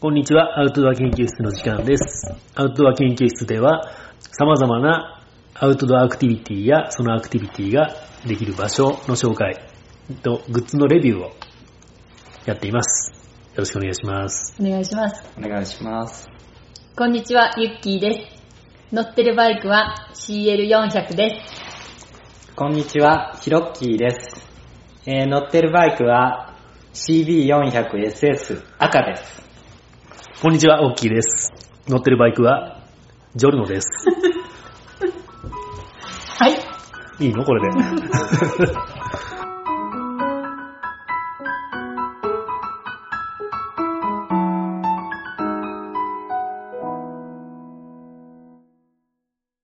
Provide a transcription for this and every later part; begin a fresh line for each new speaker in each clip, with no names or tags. こんにちは、アウトドア研究室の時間です。アウトドア研究室では、様々なアウトドアアクティビティやそのアクティビティができる場所の紹介とグッズのレビューをやっています。よろしくお願いします。
お願いします。
お願いします。
こんにちは、ゆっきーです。乗ってるバイクは CL400 です。
こんにちは、ヒロッキーです。えー乗ってるバイクは CB400SS 赤です。
こんにちは、オッキーです。乗ってるバイクは、ジョルノです。
はい。
いいのこれで。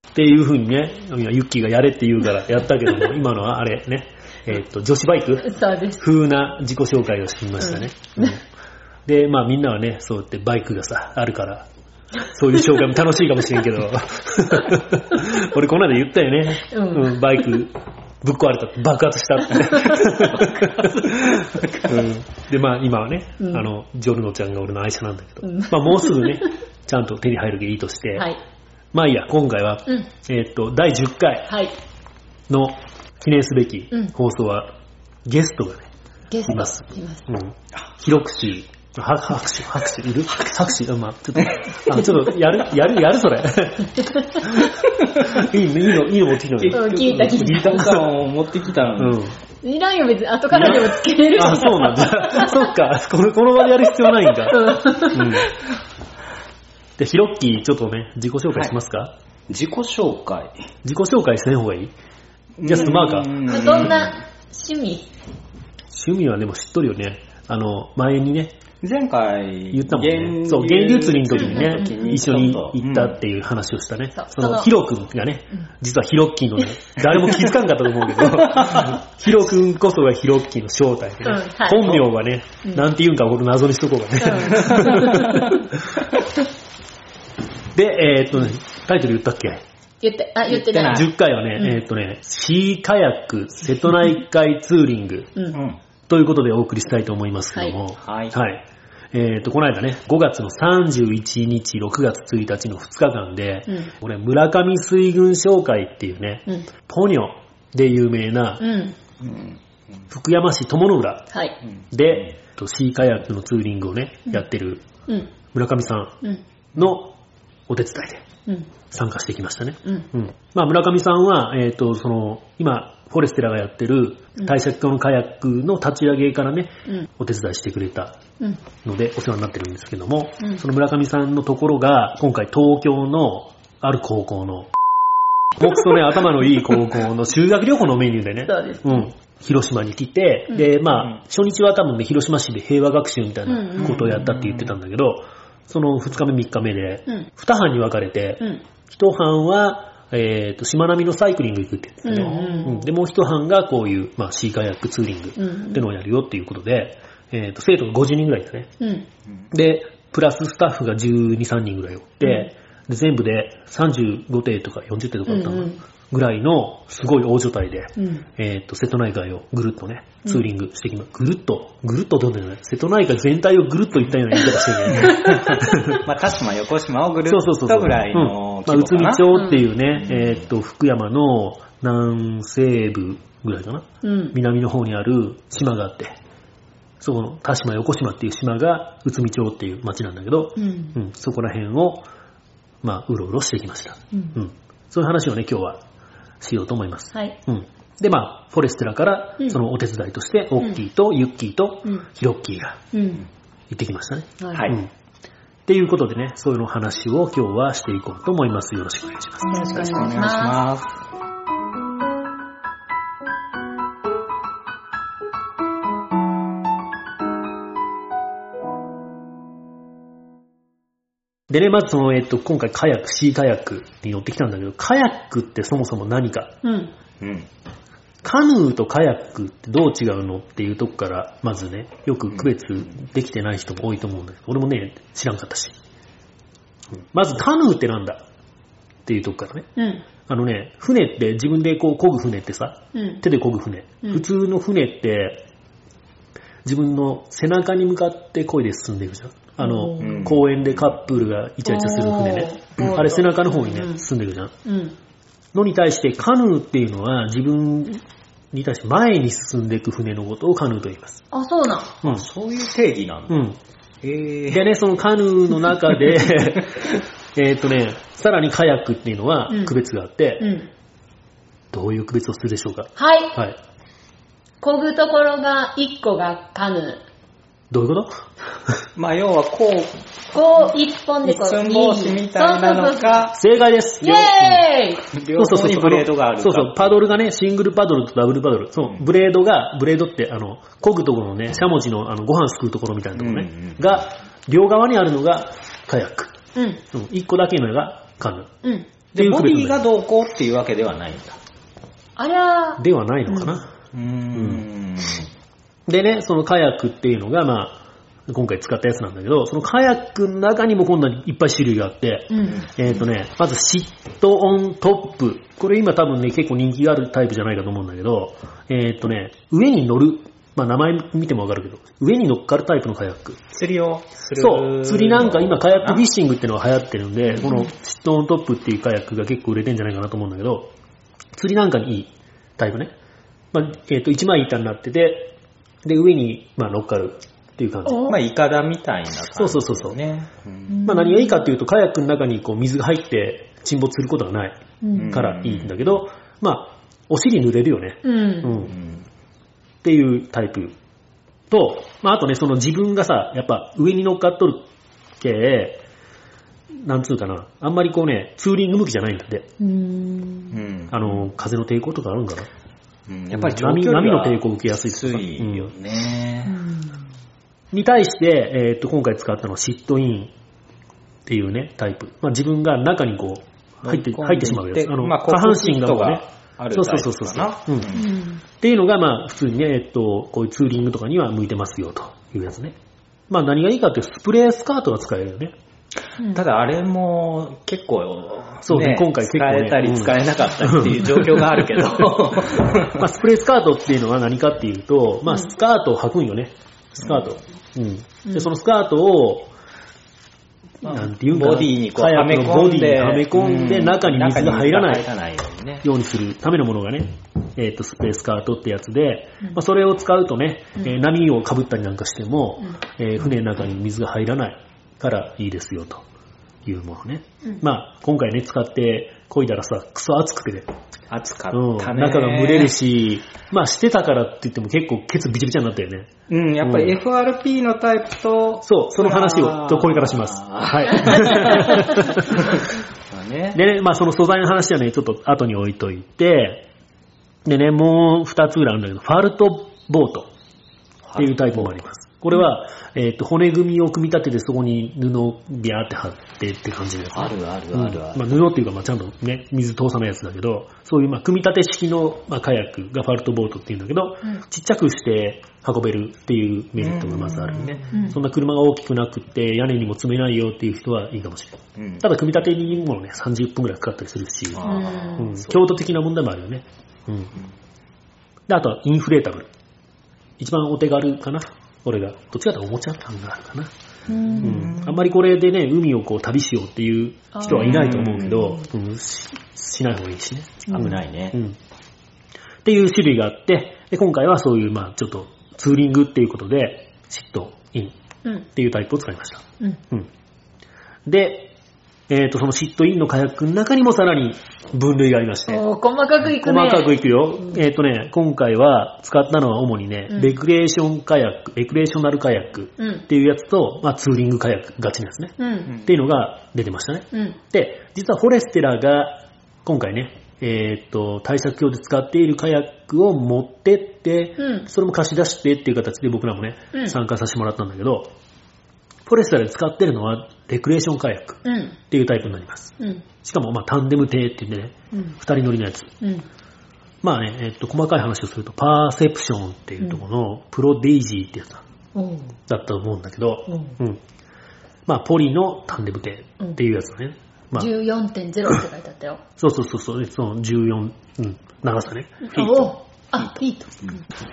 っていう風にね、今ユッキーがやれって言うからやったけども、今のはあれね、えーっと、女子バイク
そうです。
風な自己紹介をしてみましたね。うんで、まあみんなはね、そうやってバイクがさ、あるから、そういう紹介も楽しいかもしれんけ ど、俺この間言ったよね、
うん
うんバイクぶっ壊れた、爆発したって、 うんで、まあ今はね、
うん
あの、ジョルノちゃんが俺の愛車なんだけど、
うん
まあもうすぐね、ちゃんと手に入るけどいいとして、
はい。
まあいいや、今回は、
うん。
えーっと、第10回
はい。
の記念すべき
うん
放送は、ゲストがね、
ゲスト。
います
います。
うん。広くし、は、拍手、拍手、いる拍手、うんまあ、ちょっと、あ、ちょっと、やる、やる、やる、それ。いいの、いいの、いいの持ってきた
う
の
ん聞いた聞いた
ギターさんを持ってきたのに。
うん。
いらんよ、別に後からでもつけれる
あ、そうなんだ。 そっか、この、この場でやる必要ないんだ。うん。で、ヒロッキー、ちょっとね、自己紹介しますか、
自己紹介。
自己紹介しない方がいいじゃあ、スマーカー。
う
どんな趣味
趣味はでも知っとるよね。あの、前にね、
前回、
言ったもんね。
源
そう、源流釣りの時に
源流釣りの時
ね、一緒に
ちょと
行ったっていう話をしたね
そう。
そ
そ
の、
の
ヒロ君がね、実はヒロッキーのね、誰も気づかんかったと思うけど、 ヒロ君こそがヒロッキーの正体で
うん
ね、
はい
本名はね、
うん
なんて言うんか僕謎にしとこうかね。 で、えーっとね、タイトル言ったっけ
言って、あ、言ってない。
?10 回はね、
うん
えーっとね、シーカヤック瀬戸内海ツーリング
うん。
うん。
ということでお送りしたいと思いますけども、
はい
はい。えっ、と、この間ね、5月の31日、6月1日の2日間で、
うん
これ、村上水軍商会っていうね、
うん。
ポニョで有名な
うん。
うん
福山市友の浦
はい。
で、とシーカヤックのツーリングをね、
うん
やってる
うん。
村上さん
うん。
のお手伝いで
うん。
参加してきましたね。
うん。
うん。まあ、村上さんは、えっ、と、その、今、フォレステラがやってる
うん
大石橋のカヤックの立ち上げからね、
うん。
お手伝いしてくれた
うん。
のでお世話になってるんですけども、
うん
その村上さんのところが、今回東京のある高校の、僕とね、頭のいい高校の修学旅行のメニューでね、
そうです。
うん、広島に来て、
うん
で、
うん
まあ、初日は多分ね、広島市で平和学習みたいなことをやったって言ってたんだけど、その2日目3日目で、
うん。
2班に分かれて、
うん。
1班は、えっ、と、しまなみのサイクリング行くって言ってた
うん。う
ね、うん
ん。
で、もう1班がこういう、まあ、シーカヤックツーリングっ
うん
てのをやるよっていうことで、えっ、と、生徒が50人ぐらいいたね。
うん。
で、プラススタッフが12、3人ぐらいおって、で全部で35艇とか40艇とかあったのかな
うんうん
ぐらいのすごい大所帯で、
うん。
えーっと、瀬戸内海をぐるっとね、ツーリングしてきま、ぐるっと、ぐるっとどんどんじゃない瀬戸内海全体をぐるっと行ったような言い方してるね。
まあ、鹿島、横島 をぐる
そうそうそ
っ
うそう。
とぐらい
うん
の
まあ、
規模
宇都
かな。
宮町っていうね、えーっと、福山の南西部ぐらいかな。
うん。
南の方にある島があって、そこの田島横島っていう島が宇都宮町っていう町なんだけど、
うん。
うん、そこら辺を、まあ、うろうろしてきました。
うん
う。ん。そういう話をね、今日はしようと思います。
はい。
うん。で、まあ、フォレステラから
う、ん
そのお手伝いとして、オッキーとユッキーと
うん
ヒロッキーが
うん。
行ってきましたね。
はい
うん。っていうことでね、そういうの話を今日はしていこうと思います。よろしくお願いします。
よろし
よ
く
ろし
お
くお願
願い
い
し
し
ま
ます。
でね、まずその、えっと、今回カヤック、シーカヤックに乗ってきたんだけど、カヤックってそもそも何か
す。うん。
うん。
カヌーとカヤックってどう違うのっていうとこから、まずね、よく区別できてない人も多いと思うんだけど、俺もね、知らんかったし。うんまず、カヌーってなんだっていうとこからね。
うん。
あのね、船って自分でこう、漕ぐ船ってさ、
うん。
手で漕ぐ船。
うん
普通の船って、自分の背中に向かって漕いで進んでいくじゃん。あの、
うん
公園でカップルがイチャイチャする船ね。
おー
うんあれ背中の方にね、
うん
進んでるじゃん。
うん。
のに対してカヌーっていうのは自分に対して前に進んでいく船のことをカヌーと言います。
あ、そうなん。
うん。
そういう定義なんだ。
うん。
へえ。
でね、そのカヌーの中 で、えっとね、さらにカヤックっていうのは
うん
区別があって、
うん。
どういう区別をするでしょうか
はい。
はい。
こぐところが1個がカヌー。
どういうこと
まあ、要はこう、
こう1本で
一
こう。
寸帽子みたいなのか、
正解です
イ。ェーイ
両方にブレードがあるか。
そうそう、パドルがね、シングルパドルとダブルパドル。そうう、ブレードが、ブレードって、あの、漕ぐところのね、しゃもじの、あの、ご飯すくうところみたいなところね、
うんうん
が、両側にあるのが、カヤック。
うん。
うん、一個だけのが、カヌー。
うん。
ってい
で、
う
ボ
区
デ
別
ィがどうこうっていうわけではないんだ。
ありゃー。
ではないのかな。
うーん。
でね、そのカヤックっていうのが、まあ、今回使ったやつなんだけど、そのカヤックの中にもこんなにいっぱい種類があって、
うん。
えっ、とね、まずシットオントップ。これ今多分ね、結構人気があるタイプじゃないかと思うんだけど、えっ、とね、上に乗る。まあ名前見てもわかるけど、上に乗っかるタイプのカヤック。
釣りをする。
そう、釣りなんか今カヤックフィッシングっていうのが流行ってるんで、このシットオントップっていうカヤックが結構売れてんじゃないかなと思うんだけど、釣りなんかにいいタイプね。まあ、えっ、と、一枚板になってて、で、上に、まあ、乗っかるっていう感じ。
お
まあ、イカダみたいな感じ、
そうそうそうそう
ね。うん
まあ、何がいいかっていうと、カヤックの中にこう水が入って沈没することがない。
うん。
からいいんだけど、まあ、お尻濡れるよね。
う。
うんん。
う
っ
ん
ていうタイプ。と、まあ、あとね、その自分がさ、やっぱ上に乗っかっとるけ、なんつうかな、あんまりこうね、ツーリング向きじゃないんだって。
うん。
うん
あの、風の抵抗とかあるんかな。
うんやっぱり長
波
距離
波の
は
抵抗を受けやすいと
つ
か
いよ
う
ね。
ん
に対して、えーっと、今回使ったのはシットインっていうね、タイプ。まあ、自分が中にこう、入って、入ってしまうやつ。あの、
まあ
下半身がもう
コックピ
ね
ット、ある
そう
タイプかな
そうそうそう
う
うんんっていうのが、まあ、普通にね、えっと、こういうツーリングとかには向いてますよ、というやつね。まあ、何がいいかっていうと、スプレースカートが使えるよね。
うん
ただあれも結構、
そうね今回結構ね
使えたり使えなかったりっていう状況があるけ ど。
まあ、スプレースカートっていうのは何かっていうと、まあ、スカートを履くんよね。スカート。うん。
うん
で、そのスカートを、 なんていうんかな
ボディにこう
カヤ
は
ッ
め
クのボ
込ん
ディ
で、
にはめ込んで、
う
中に水が入らない
中に水が入らないようにね。
ようにするためのものがね、えっと、スプレースカートってやつで
うん、
まあ、それを使うとね、え
う
ー
ん
波をかぶったりなんかしても、えー船の中に水が入らないからいいですよ、というものね。
うん
まあ、今回ね、使って、漕いだらさ、クソ暑くてね、
暑か
うん、
ったね。
中が蒸れる。し、まあ、してたからって言っても結構ケツビチャビチャになったよね。
うん、やっぱり
うん
FRP のタイプと、
そう、その話を、とこれからします。
は
はい。
い。ね。
でね、まあ、その素材の話はね、ちょっと後に置いといて、でね、もう二つぐらいあるんだけど、ファルトボートっていうタイプもあります。これは、えっ、と、骨組みを組み立てて、そこに布をビャーって貼ってって感じのやつね
あるあるあるあ
うん
る。
まあ、布っていうか、まあ、ちゃんとね、水通さないやつだけど、そういう、まあ、組み立て式の、まあ、カヤックがファルトボートっていうんだけど、
うん
ちっちゃくして運べるっていうメリットがまずあるね。
うん
そんな車が大きくなくって、屋根にも積めないよっていう人はいいかもしれない。
うん
ただ、組み立てにもね、30分くらいかかったりするし、
あ
うん
うん、
そう
強度的な問題もあるよね。うん。で、あとは、インフレータブル。一番お手軽かな。俺が。どっちかというとおもちゃ感があるかな。
う。
うんんあんまりこれでね、海をこう旅しようっていう人はいないと思うけど、うんししない方がいいしね。
危ないね
う。ん。っていう種類があって、で今回はそういう、まあちょっとツーリングっていうことで、シットインっ
うん。
ていうタイプを使いました。
うん。
うん。で、えっ、と、そのシットインの火薬の中にもさらに分類がありまして、
おー細かくいく
細
ね。
かくいくよ。えっ、とね、今回は使ったのは主にね、
うん
レクレーション火薬、レクレーショナル火薬
う
っ
ん。
ていうやつと、まあツーリング火薬がちのやつね。
う
うん
ん。
っていうのが出てましたね。
うん。
で、実はフォレステラが今回ね、えーっと、対策用で使っているカヤックを持ってって、
うん
それも貸し出してっていう形で僕らもね、
うん
参加させてもらったんだけど、フォレステラで使ってるのはレクレーションカヤックっ
うん。
ていうタイプになります。
うん。
しかも、まあ、タンデム艇って言ってね、
うん。
二人乗りのやつ。
うん。
まあね、えーっと、細かい話をすると、パーセプションっていうところのプロデイジーってやつだ
おう
だったと思うんだけど、
おう
うん。まあ、ポリのタンデム艇っていうやつだね。まあ、
14.0って書いてあったよ。
そうそうそうそう、その14、うん、長さね。
おうあ、いいと。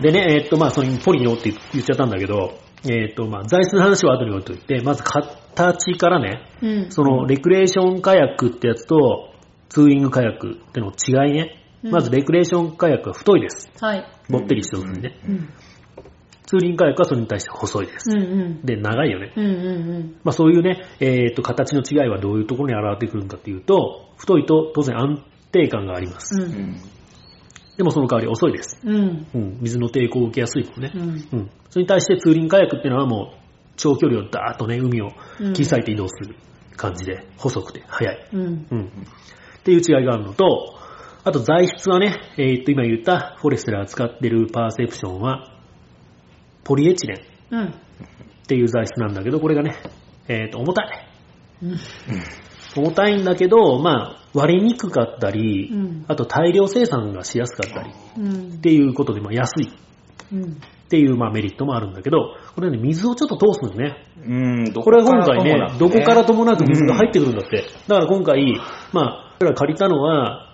でね、えーっと、まあ、そのポリノって言っちゃったんだけど、えっ、と、まあ、材質の話は後に置いといて、まず形からね、
うん。
そのレクレーションカヤックってやつとツーリングカヤックっての違いね。
うん
まずレクレーションカヤックは太いです。
はい。
ぼってりしてますんでね。
うん。
ツーリングカヤックはそれに対して細いです。
うんうん。
で、長いよね。
うんうん
まあそういうね、えっ、と、形の違いはどういうところに現れてくるんかっていうと、太いと当然安定感があります。
うん。う。
うんん。
でもその代わり遅いです。
うん。
うん。水の抵抗を受けやすいもんね
う。ん。
うん。それに対してツーリングカヤックっていうのはもう、長距離をダーッとね、海を切り裂いて移動する感じで、細くて速い。
うん。
うん。っていう違いがあるのと、あと材質はね、えーっと、今言ったフォレステラー使ってるパーセプションは、ポリエチレンっ
うん。
ていう材質なんだけど、これがね、えーっと、重たい。
うん。
重たいんだけど、まあ、割れにくかったり、
うん
あと大量生産がしやすかったり、っ
うん。
ていうことで、まあ、安いっ
うん。
ていう、まあ、メリットもあるんだけど、これね、水をちょっと通すのね。
うん、ど
これは今回ね、どこからと
も
もなく水が入ってくるんだって。だから今回、まあ、僕ら借りたのは、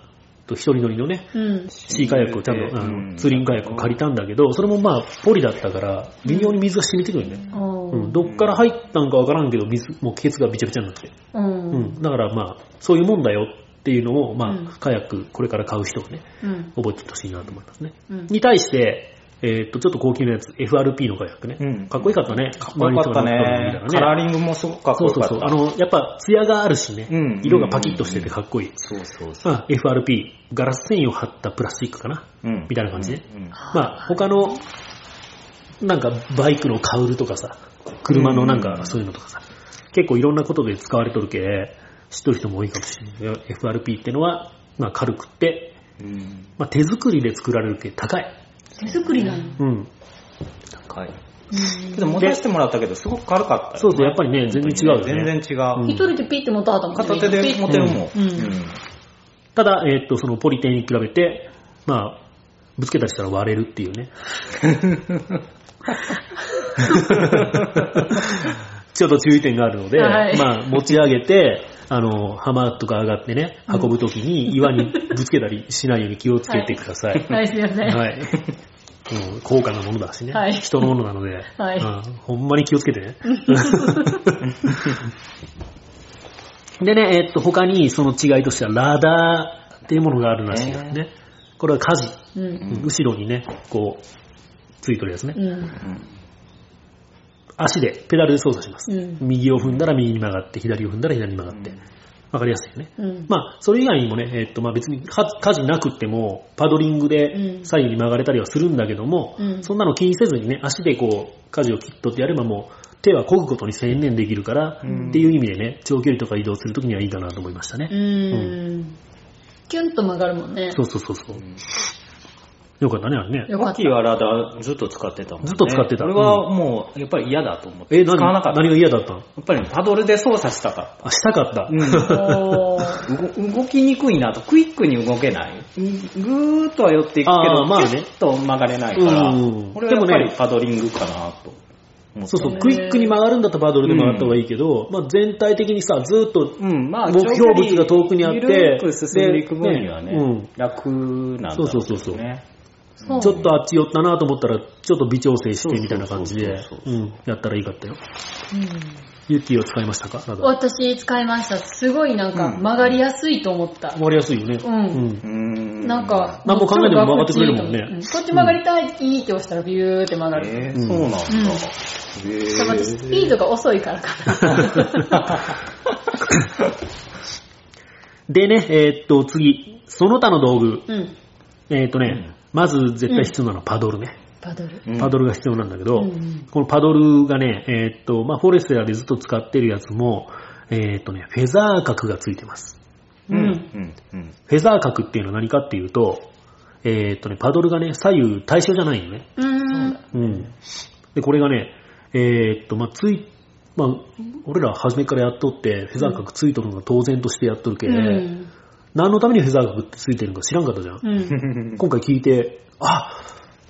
と一人乗りのね、
うん。
シーカヤックをちゃんと、あ
う
の、
ん
ツーリングカヤックを借りたんだけど、それもまあ、ポリだったから、微妙に水が染みてくるよね。
お
うん、
ー。
どっから入ったんかわからんけど、水、もう気血がびちゃびちゃになって。
う。
うんん、だからまあ、そういうもんだよっていうのを、まあ、
うん
カヤック、これから買う人はね、
うん。
覚えてほしいなと思いますね。
うん。
に対して、えーっと、ちょっと高級なやつ、FRP のカヤックね。
うん
かっこよかったね。
かっこよかったね。カラ
ー
ーリングもすごくかっこ
そう
よ
そう
かった。
そう。あの、やっぱ、ツヤがあるしね、
うん
色がパキッとしててかっこいい。
そうそうそう。
まあ、FRP、ガラス繊維を張ったプラスチックかな。
うん
みたいな感じね
うん
まあ、他の、なんか、バイクのカウルとかさ、車のなん
う
か、
ん
そういうのとかさ、結構いろんなことで使われとるけ、知っとる人も多いかもしれない。FRP ってのは、まあ、軽くって、
うん。
まあ、手作りで作られるけ、高い。
手作りなの。
うん。
高い。
うん
けど持たせてもらったけど、すごく軽かったよね。
そうそう、やっぱりね、全然違うよね。
全然違
うん
う。
一人でピッて持たはったもんね
片手で持てるもん。
うん
ただ、えーっと、そのポリテンに比べて、まあ、ぶつけたりしたら割れるっていう ね。ちょっと注意点があるので、
はい
まあ、持ち上げて、あの、浜とか上がってね、運ぶときに岩にぶつけたりしないように気をつけてください。
はい、すいません。
はい。うん、高価なものだしね。
はい
人のものなので、
はい
うんほんまに気をつけて ね。でね、えっと、他にその違いとしては、ラダーっていうものがあるらしいですね。これは火事。
うん。
うん後ろにね、こう、ついてるやつね。
うん。
足で、ペダルで操作します。
うん。
右を踏んだら右に曲がって、左を踏んだら左に曲がって。
うん
わかりやすいよね。
うん。
まあ、それ以外にもね、えっと、まあ別に火火事なくっても、パドリング
う
で
ん
左右に曲がれたりはするんだけども、
うん
そんなの気にせずにね、足でこう、舵を切っとってやればもう、手は漕ぐことに専念できるから、
うん
っていう意味でね、長距離とか移動するときにはいいかなと思いましたね。
うん。キュンと曲がるもんね。
そうそうそうそう。よかったね、あれね。
よか
パ
った
キ。はラダーずっと使ってたもんね。
ずっと使ってた
俺はもう、やっぱり嫌だと思って。
え、
使わな
何
かった。
何
や
が嫌だったの
っぱりパドルで操作したか
あ、したかった。
ら。
おー
うご動きにくいなと、クイックに動けない。ぐーっとは寄っていくけ
あー
ど、
まあね
キュッと曲がれないから
うん、
俺はやっぱ
でも
り
ね
パドリングかなと思った。
そうそうう、
ん
クイックに曲がるんだったらパドルで曲がった方がいいけど、まあ全体的にさ、ずーっと、
うん、まあ、
目標物が遠くにあって
長距離緩く進んでいく分にはね、
でうん
楽なんだろ
そうそうそうそう
ね。
そう
ちょっとあっち寄ったなと思ったら、ちょっと微調整してみたいな感じで
そうそう、
う
そ
ん、やったらいいかったよ。
うん
ユッキーを使いましたかなんか
私使いました。すごいなんか
うん
曲がりやすいと思った。
割りやすいよね。
うん
うーん
なんか、
何も考えても曲がってくれるもんね
うこっち曲がりたいって押したらビューって曲がる。
え
う
ー、
ん
そうなん
う
だ。
ん
え
多分私スピードが遅いからかな。
でね、えーっと、次、その他の道具。
うん。
えーっと
うん
ね、まず絶対必要なのはパドルね。
パドル。
うん
パドルが必要なんだけど、
うん
このパドルがね、えーっと、まあ、フォレステラでずっと使ってるやつも、えーっとね、フェザー角がついてます。
うん、う
うん。
ん、うん。
フェザー角っていうのは何かっていうと、えーっとね、パドルがね、左右対称じゃないよね。
うん。
うん。で、これがね、えーっと、まあ、つい、まあ、俺ら初めからやっとって、フェザー角ついとるのが当然としてやっとるけ、
うん。
何のためにフェザー角ってついてるのか知らんかったじゃん。
うん。
今回聞いて、あ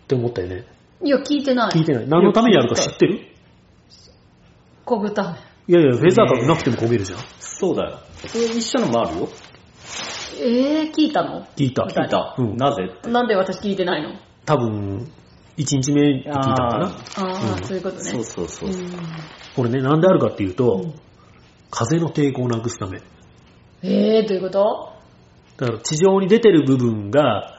って思ったよね。
いや、聞いてな
聞い
い。
てない。何のためにあるか知ってる
こぐた
い
め。
やいや、フェザー角なくても焦げるじゃん。
そうだよ。それ一緒のもあるよ。
えー、聞いたの
聞いた。
聞
聞いた。
うん
なぜ
なんで私聞いてないの
多分、 1日目って聞いたのか
あ
な
あ
ー。
あ、そういうことね。
そうそうそう。
うん
これね、なんであるかっていうと、
うん
風の抵抗をなくすため。
えー、どういうこと
だから地上に出てる部分が、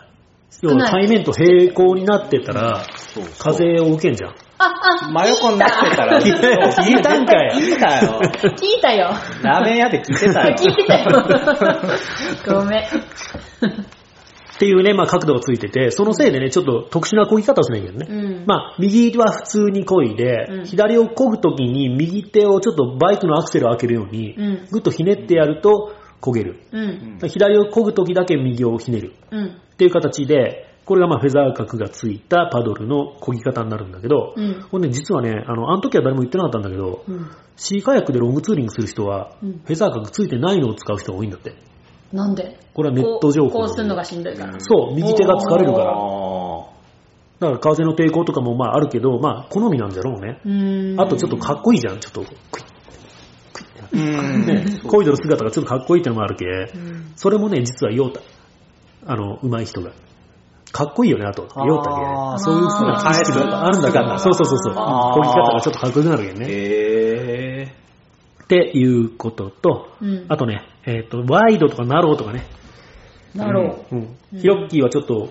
要は
少ない
海面と平行になってたら、
そうそう
風を受けんじゃん。
あ、あ、
真横になって たら、
聞いた聞いたんかい
聞いたよ。
聞いたよ。
ラーメン屋で聞いてたよ。
聞いてた よ。ごめん。
っていうね、まあ角度がついてて、そのせいでね、ちょっと特殊な漕ぎ方をしないけどね。
うん。
まあ、右は普通に漕いで、
うん
左を漕ぐときに右手をちょっとバイクのアクセルを開けるように、
うん。
ぐっとひねってやると漕げる。
う。
うんん
左を漕ぐときだけ右をひねる。
うん。
っていう形で、これがまあフェザー角がついたパドルの漕ぎ方になるんだけど、
うん。
これね、実はね、あの、あの時は誰も言ってなかったんだけど、
うん。
シーカヤックでロングツーリングする人は、
うん
フェザー角ついてないのを使う人が多いんだって。
なんで
これはネット情報
こうこうするのがしんどいから。
そう、右手が疲れるから。
あ
だから風の抵抗とかもまああるけど、まあ好みなんだろうね。
うーん。
あとちょっとかっこいいじゃん、ちょっと。クイ
ーう
ッ
ん。
ね、コイドの姿がちょっとかっこいいってのもある
う
け。
ん。
それもね、実はヨータ。あの、上手い人が。かっこいいよね、あと。ヨータ
あ
ね。
ーそういう風な
知識があるんだから。
あー
そうそうそうそう。
あ
こ
ー
ぎ方がちょっとかっこよくなるよね。
へえ。
っていうことと、
うん
あとね、えっと、ワイドとかナローとかね。
なろ
うん
うん
ヒロッキーはちょっと、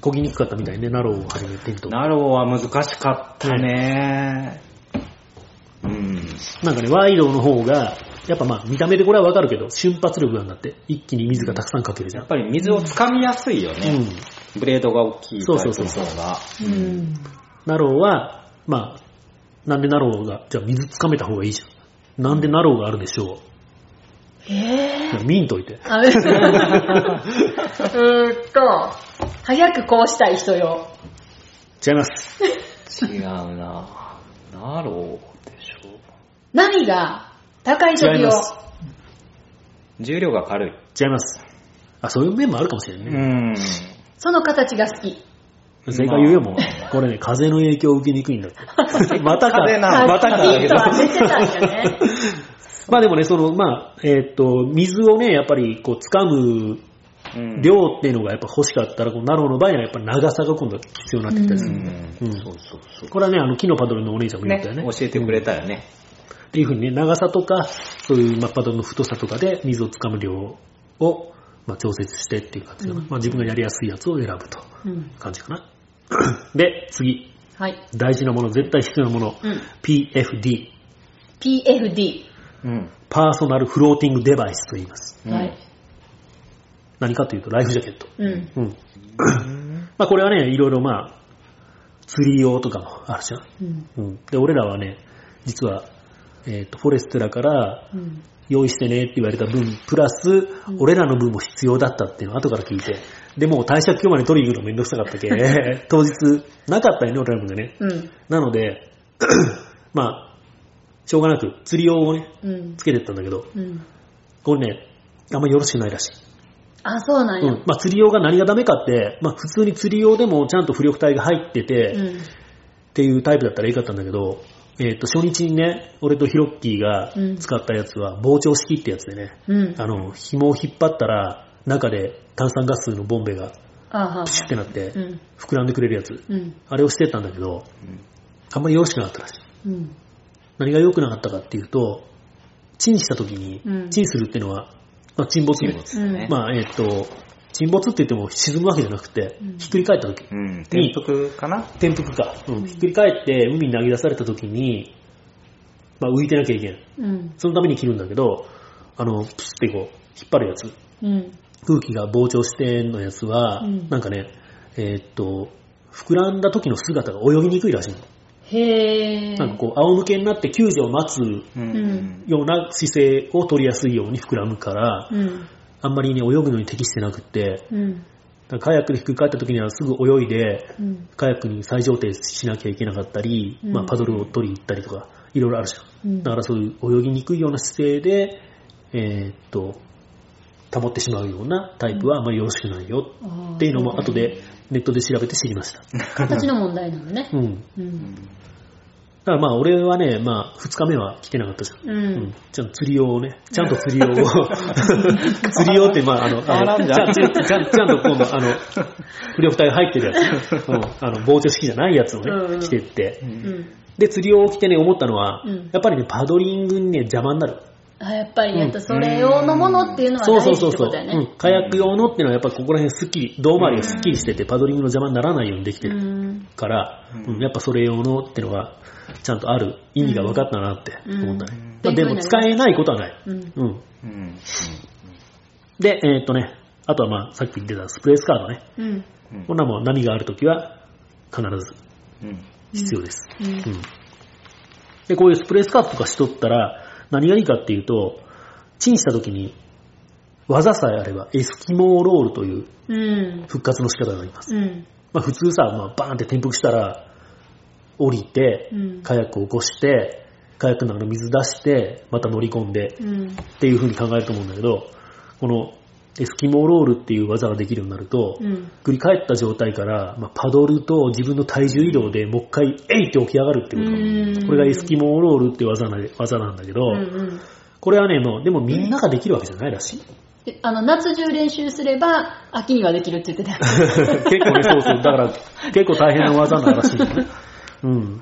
こぎにくかったみたいね、ナローを始めてると。な
ナローは難しかったね。うん。
んかね、ワイドの方が、やっぱまあ、見た目でこれはわかるけど、瞬発力なんだって。一気に水がたくさんかけるじゃ
や
ん
っ。ぱり水を掴みやすいよ
う
ね。
ん。
ブレードが大きいタイプの
そうそうそう
方が。
う。うん。
ナローは、まあ、なんでナローが、じゃあ水つかめた方がいいじゃん。なんでナローがあるでしょ
えー。
う。見んといて。
あ、うーっと、早くこうしたい人よ。
違います。
違うなナローでしょ。
何が高い職
違い
業
ま。す。
重量が軽い。
違います。あ、そういう面もあるかもしれんね。
ん。
その形が好き。
正解言うよ、
まあ
もう。これね、風の影響を受けにくいんだ って。またか。
風な
あ
またかだ
ピン
け
と
ど
は出てたんだね。
まあでもね、その、まあ、えーっと、水をね、やっぱりこう、掴む
うん
量っていうのがやっぱ欲しかったら、こうナローの場合にはやっぱり長さが今度は必要になってきたりす
う
る。
ん。
うん
そうそうそう。
これはね、あの、木のパドルのお姉ちゃんも言
ね、
ったよね。
教えてくれたよね。
っていうふうにね、長さとか、そういう、まあ、パドルの太さとかで水を掴む量を、まあ、調節してっていう感じかな。
うん
まあ、自分がやりやすいやつを選ぶと
うん。
感じかな。で、次。
はい。
大事なもの、絶対必要なもの。
うん。
PFD。
PFD。
うん。
パーソナルフローティングデバイスと言います。
うん
はい。
何かというと、ライフジャケット。
うん。
うん。まあ、これはね、いろいろまあ、釣り用とかもあるじゃん。
うん。
うん。で、俺らはね、実は、えっ、と、フォレステラから、
うん。
用意してねって言われた分、プラス、俺らの分も必要だったっていうのを後から聞いて、で、もう貸借表まで取りに行くのめんどくさかったけ、 当日、なかったよね、俺らの分がね。
うん。
なので、 まあ、しょうがなく釣り用をね、
うん
つ。けてったんだけど、
うん。
これね、あんまよろしくないらしい。
あ、そうなん
う
や。
ん。まあ、釣り用が何がダメかって、まあ、普通に釣り用でもちゃんと浮力体が入ってて、
うん。
っていうタイプだったらいいかったんだけど、えっ、と、初日にね、俺とヒロッキーが使ったやつは、膨張式ってやつでね、
うん。
あの、紐を引っ張ったら、中で炭酸ガスのボンベが
あは
プシュってなって
う、ん。
膨らんでくれるやつ。
うん。
あれをしてたんだけど、あんまりよろしくなかったらしい。
うん。
何が良くなかったかっていうと、チンした時に
うん、
チンするっていうのは、まあ、沈没、
沈没だね。
まあ、えっ、と、沈没って言っても沈むわけじゃなくて、
うん
ひっくり返った時、
うん。転覆かな
転覆か、うんひっくり返って海に投げ出された時に、まあ、浮いてなきゃいけない。
うん。
そのために切るんだけど、あの、プスってこう、引っ張るやつ。
うん。
空気が膨張してのやつは、
うん
なんかね、えーっと、膨らんだ時の姿が泳ぎにくいらしいの。
へぇー。
なんかこう、仰向けになって救助を待つ
うん
ような姿勢を取りやすいように膨らむから、
うん。
あんまりね、泳ぐのに適してなくって、
うん。
だからカヤックでひっくり返った時にはすぐ泳いで、
うん。
カヤックに再上艇しなきゃいけなかったり、
うん
まあ、パドルを取りに行ったりとか、いろいろあるじゃん。
うん
だからそういう泳ぎにくいような姿勢で、えーっと、保ってしまうようなタイプはあまりよろしくないよっていうのも後でネットで調べて知りました。
形の問題なのね。
うん。
うん。
だからまあ俺はね、まあ2日目は来てなかったじゃん。
う
うん
ん。
ちゃんと釣り用をね、ちゃんと釣り用を、 釣り用って、まあ、あの、あの
絡ん
ち
じゃ
ゃ
うん
ちゃんちゃんちゃんと今度、あの、不良二人入ってるや つ、うん、あの、防潮式じゃないやつを
うんう
ね、
ん
着てって
う、
うんん。
で、釣り用を着てね、思ったのは、
うん
やっぱりね、パドリングにね、邪魔になる。
あ、やっぱり、やっぱそれ用のものっていうのは
そうそ
大事
う
って
そう
こ
そう、
とだよ
う
ね。
ん。カヤック用のっていうのは、やっぱここら辺すっきり、胴回りがすっきりしてて、パドリングの邪魔にならないようにできて
う
る
ん。
から、
う
うんんやっぱそれ用のっていうのが、ちゃんとある意味が分かったなって思ったね。
うん
まあ、でも使えないことはない。
うん。
うん。
うんうん
で、えーっとね、あとはまあ、さっき言ってたスプレースカードね。
うん。
うん
こんなもん波があるときは、必ず
うん
必要です。
うん
うん。で、こういうスプレースカードとかしとったら、何がいいかっていうと、チンしたときに、技さえあれば、エスキモーロールという
うん。
復活の仕方があります。
うん。
まあ普通さ、まあ、バーンって転覆したら、降りて
う、ん。
カヤックを起こして、カヤックの中の水出して、また乗り込んで、
う
っ
ん。
ていう風に考えると思うんだけど、このエスキモーロールっていう技ができるようになると、
うん。
繰り返った状態から、まあ、パドルと自分の体重移動でもう一回、えいって起き上がるっていうことか。これがエスキモーロールっていう技な技なんだけど、
うんうん。
これはね、もう、でもみんなができるわけじゃないらしい。
であの、夏中練習すれば、秋にはできるって言ってた。
結構ね、そうそう。だから、結構大変な技ならしいの ね。うん。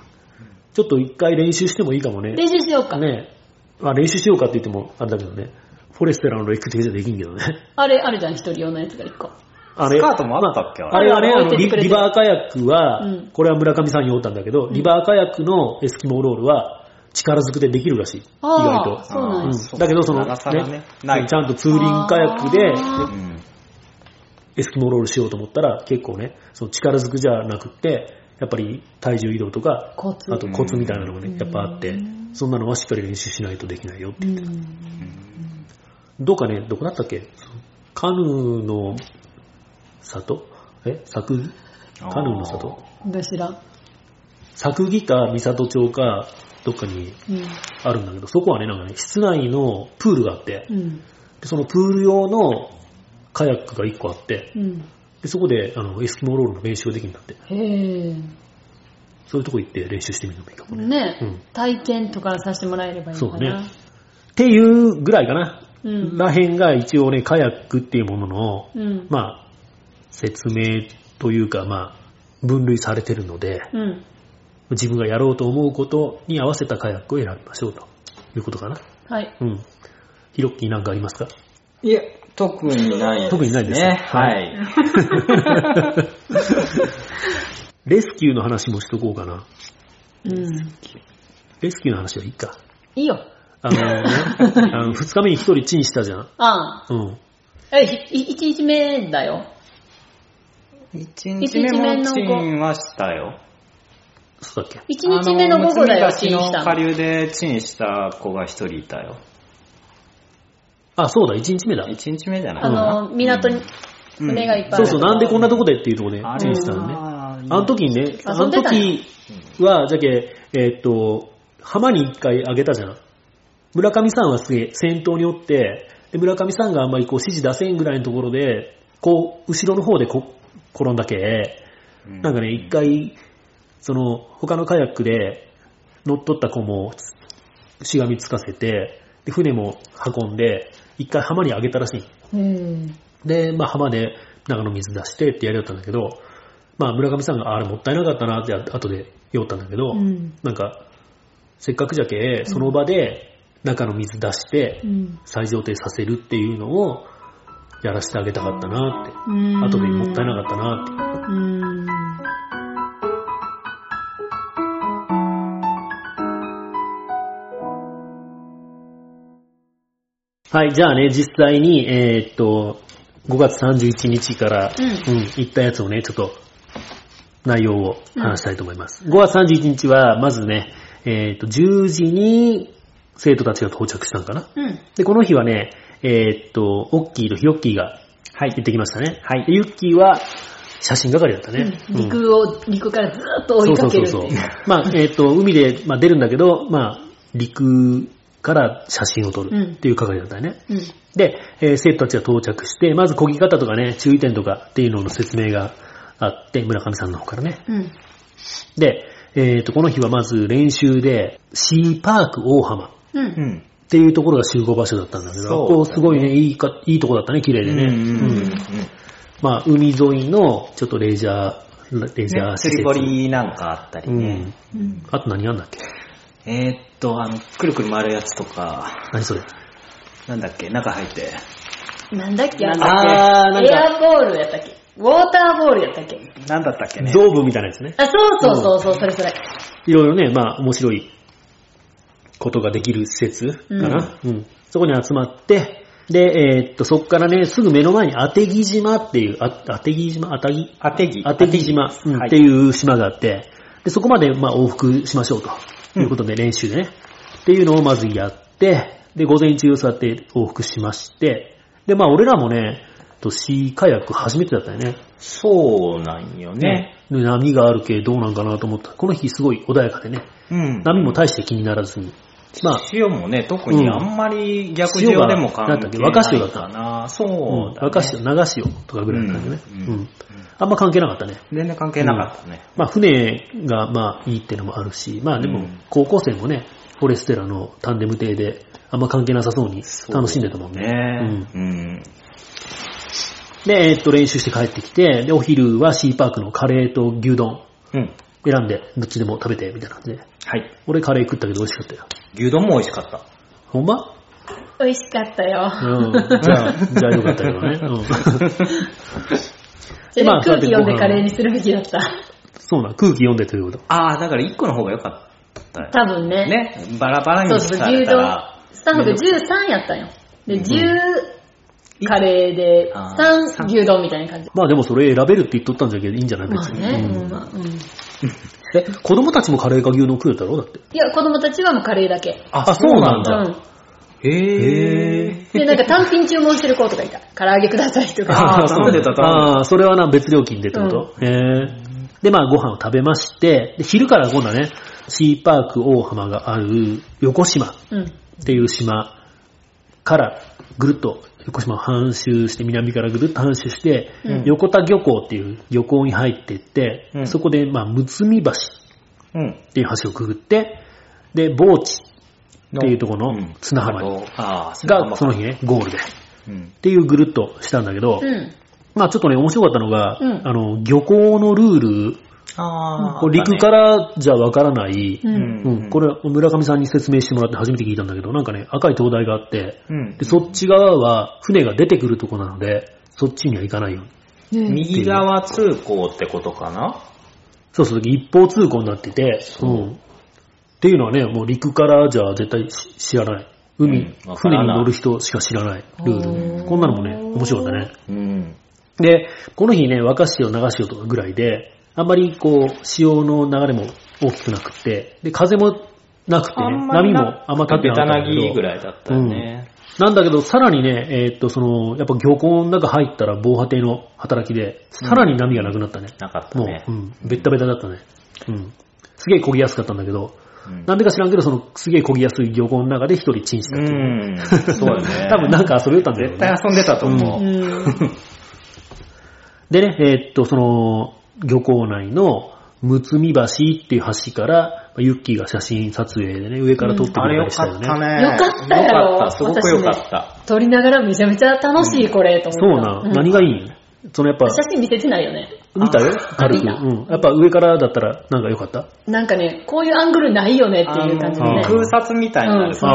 ちょっと一回練習してもいいかもね。
練習しようか。
ね、まあ、練習しようかって言っても、あれだけどね。フォレステラのレクティじゃできんけどね。
あれ、あるじゃん、一人用のやつが一個。
あ
スカートもあったっけ
あれはね、あ
あれ
の
置い
リ、
てくれて
リバーカヤックは、
うん
これは村上さんにおったんだけど、リバーカヤックのエスキモーロールは力ずくでできるらしい。意外
ああ、
と。
そうなんや
ー
うんだけど、その、
長さがねない
ちゃんとツーリングカヤックで
あ
うん
エスキモーロールしようと思ったら、結構ね、その力ずくじゃなくって、やっぱり体重移動とか、
コツ
あ。とコツみたいなのもね、やっぱあって
うん、
そんなのはしっかり練習しないとできないよって。
うん
うん
どうかね、どこだったっけカヌーの里え作カヌーの里
どうしら
作木か三郷町かどっかに
うん。
あるんだけど、そこはね、なんかね、室内のプールがあって、
うん。
でそのプール用のカヤックが1個あって、
うん。
でそこであのエスキモーロールの練習ができるんだって、
へえ。
そういうとこ行って練習してみるのもいいかもね。
ね、
うん
体験とかさせてもらえればいいのかな。
っていうぐらいかな。
うん
らへんが一応ね、カヤックっていうものの、
うん。
まあ、説明というか、まあ、分類されてるので、
うん。
自分がやろうと思うことに合わせたカヤックを選びましょうということかな。
はい。
うん。ヒロッキーなんかありますか
いえ、特にないですね。
特にないです
はい。
レスキューの話もしとこうかな。
うん。
レスキューの話はいいか。
いいよ。
あのね、あの、二日目に一人チンしたじゃん。
あ
うん。
あ。え、ひ一日目だよ。
一日目もチンはしたよ。
そうだっけ
一日目の午後だよ、チンし
あ
た
の娘が昨日下
の。
流でチンした子が一人いたよ。
あ、そうだ、一日目だ。
一日目じゃない
あの、港に
うん
船がいっぱいあ
そ
る
うそう、なんでこんなとこでっていうとこで
あ
チ
れ
ンしたのね。
あ
あの時にね、あ
遊
の
んでたんや
時は、じゃけ、えーっと、浜に一回あげたじゃん。村上さんはすげえ先頭におって、で村上さんがあんまりこう指示出せんぐらいのところで、こう、後ろの方でこ転んだけ、なんかね、一、回、その、他のカヤックで乗っ取った子もしがみつかせて、で、船も運んで、一回浜に上げたらしい。
うん。
で、まあ浜で中の水出してってやりよったんだけど、まあ村上さんがああれもったいなかったなって後で言おったんだけど、
うん。
なんか、せっかくじゃけ、その場で中の水出して
う、ん。
再上艇させるっていうのをやらせてあげたかったなって。
うん
後でもったいなかったなって。
うん。
はい、じゃあね、実際に、えーっと、5月31日から、
う
うん、言ったやつをね、ちょっと、内容を話したいと思います。5月31日は、まずね、えーっと、10時に生徒たちが到着したのかな。
うん。
で、この日はね、えーっと、オッキーとヒロッキーが
は
行っ
い。
てきましたね。
はい
でユッキーは、写真係だったね。
うん
うん
陸を、陸からずーっと追いかけるって
そうそうそ
い
う
う
そう。まあ、えっ、と、海で、まあ、出るんだけど、まあ、陸から写真を撮るっていう係だったよね。
うん。
で、えー生徒たちが到着して、まず漕ぎ方とかね、注意点とかっていうのの説明があって、村上さんの方からね。
うん。
で、えっ、と、この日はまず練習で、シーパーク大浜っ
う。
うんん。
ていうところが集合場所だったんだけど、
そうだね
ここすごいね、いいか、いいとこだったね、綺麗でね。
うんうん
うんまあ、海沿いの、ちょっとレジャー、レジャー
ね釣り堀なんかあったり
う
ね
ん。。
うん。
あと何あんだっけ
えーっと、あの、くるくる回るやつとか、
何それ
なんだっけ、中入って。
なんだっけあの
あー、なん
エ
か、
アボールやったっけウォーターボールやったっけ
なんだったっけね。
ゾーブみたいなやつね。
あ、そうそうそうそう、それそれ。
いろいろね、まあ、面白いことができる施設かな。うん。そこに集まって、で、えーっと、そこからね、すぐ目の前に、当て木島っていう、あ当て木島、当て木
あてぎ。
当て木島うん
はい
っていう島があって、で、そこまで、まあ、往復しましょうと。いうことで、練習でね。っていうのをまずやって、で、午前中を座って往復しまして、で、まあ、俺らもね、と、シーカヤック初めてだったよね。
そうなんよね。
で波があるけどどうなんかなと思った。この日すごい穏やかでね。
うん
波も大して気にならずに。まあ、
塩もね、特にあんまり逆潮でも関係な
塩がな
い
んだっけ若潮だった
かな。そう
うん、
だね。
赤潮、流潮とかぐらいだったんだね、
うん
う
うんん
あんま関係なかったね。
全然関係なかったね。
まあ、船がまあいいってのもあるし、まあで
う
も
ん、
高校生もね、フォレステラのタンデム艇で、あんま関係なさそうに楽しんでたもんね。
ねうん。
で、えっと、練習して帰ってきて、で、お昼はシーパークのカレーと牛丼
うん。
選んで、どっちでも食べて、みたいな感じで。
はい。
俺カレー食ったけど美味しかったよ。
牛丼も美味しかった。
ほんま
美味しかったよ。
うん。じゃあ、じゃあよかったけどね。うん。
それ
まあ
空気読
そうや
ん
ってご飯
でカレーにするべきだった。
そうなん、空気読んでということ。
ああ、だから一個の方が良かったよ。
多分ね。
ね。バラバラ
そう
に
そう、
さ
牛
れた
丼
ら。。
スタッフが13やったんよ。で、10カレーで
あー
3牛丼みたいな感じ。
まあでもそれ選べるって言っとったんじゃけど、いいんじゃない
ま
別
あ
に。
ね、
う
うんん、まあ、うん。い
え、子供たちもカレーか牛丼食うだろだって。
や、子供たちはもうカレーだけ。
あそうなんだ
う
へえ。
ん。で、なんか単品注文してる子とかいた。唐揚げくださいとか。
あー頼んでた頼んでた
ああ、それはな、別料金でってこと、へえ。で、まあご飯を食べまして、で昼から今度はね、シーパーク大浜がある横島っ
うん。
ていう島からぐるっと横島を半周して、南からぐるっと半周して、
うん
横田漁港っていう漁港に入ってって、
うん
そこで、まあ、むつみ橋っ
うん。
ていう橋をくぐって、で、傍地っていうところの砂浜に
ああ、砂
が
浜
その日ね、ゴールで。
うん。
っていうぐるっとしたんだけど、
うん。
まあちょっとね、面白かったのが、
うん
あの、漁港のルール、
ああ。
これ陸か
あっ
らじゃわからない、
う
た
ん。
ね。
うんこれ村上さんに説明してもらって初めて聞いたんだけど、なんかね、赤い灯台があって、
うん
で、そっち側は船が出てくるとこなので、そっちには行かないように。
ね
右側通行ってことかな
そうそう、一方通行になってて、うん。っていうのはね、もう陸からじゃ絶対し知らない。海、
うんわか
船
らない
に乗る人しか知らないルー
お
ル。
ー
こんなのもね、面白かったね。
うん。
で、この日ね、若潮、流潮とかぐらいで、あんまりこう、潮の流れも大きくなくて、で、風もなくて
あ
ね、
んま
波
りな
もあんま立ってなか
た
った
なん
だけ
ぎ
ど
ぐらいだったよね。
なんだけど、さらにね、えーっと、その、やっぱ漁港の中入ったら防波堤の働きで、さらに波がなくなったね。
なかった
もう、
ね。
うん、ベッタベタだったね。うん。すげえ漕ぎやすかったんだけど、
うん
なんでか知らんけど、その、すげえ漕ぎやすい漁港の中で一人チンしたっていう。。
うん。そうだね
多分なんか遊べたんだよね。
絶対遊んでたと思
う
う。
ん。
でね、えーっと、その、漁港内の、むつみ橋っていう橋から、まあユッキーが写真撮影でね、上から撮ってく
あれ
れた
よ
りした
か
よ
っ
ね。
たね。
よかったやろ
よかった、すごくよかった。
撮りながらめちゃめちゃ楽しい、これ、と
そう
思った。
なん、
ん
何がいいんそのやっぱ、
写真見せてないよね。
見たよ
あ
軽く。う
見た
ん。やっぱ上からだったら、なんかよかった
なんかね、こういうアングルないよねっていう感じの
あ
ね
の。
空撮みたいになるか
うん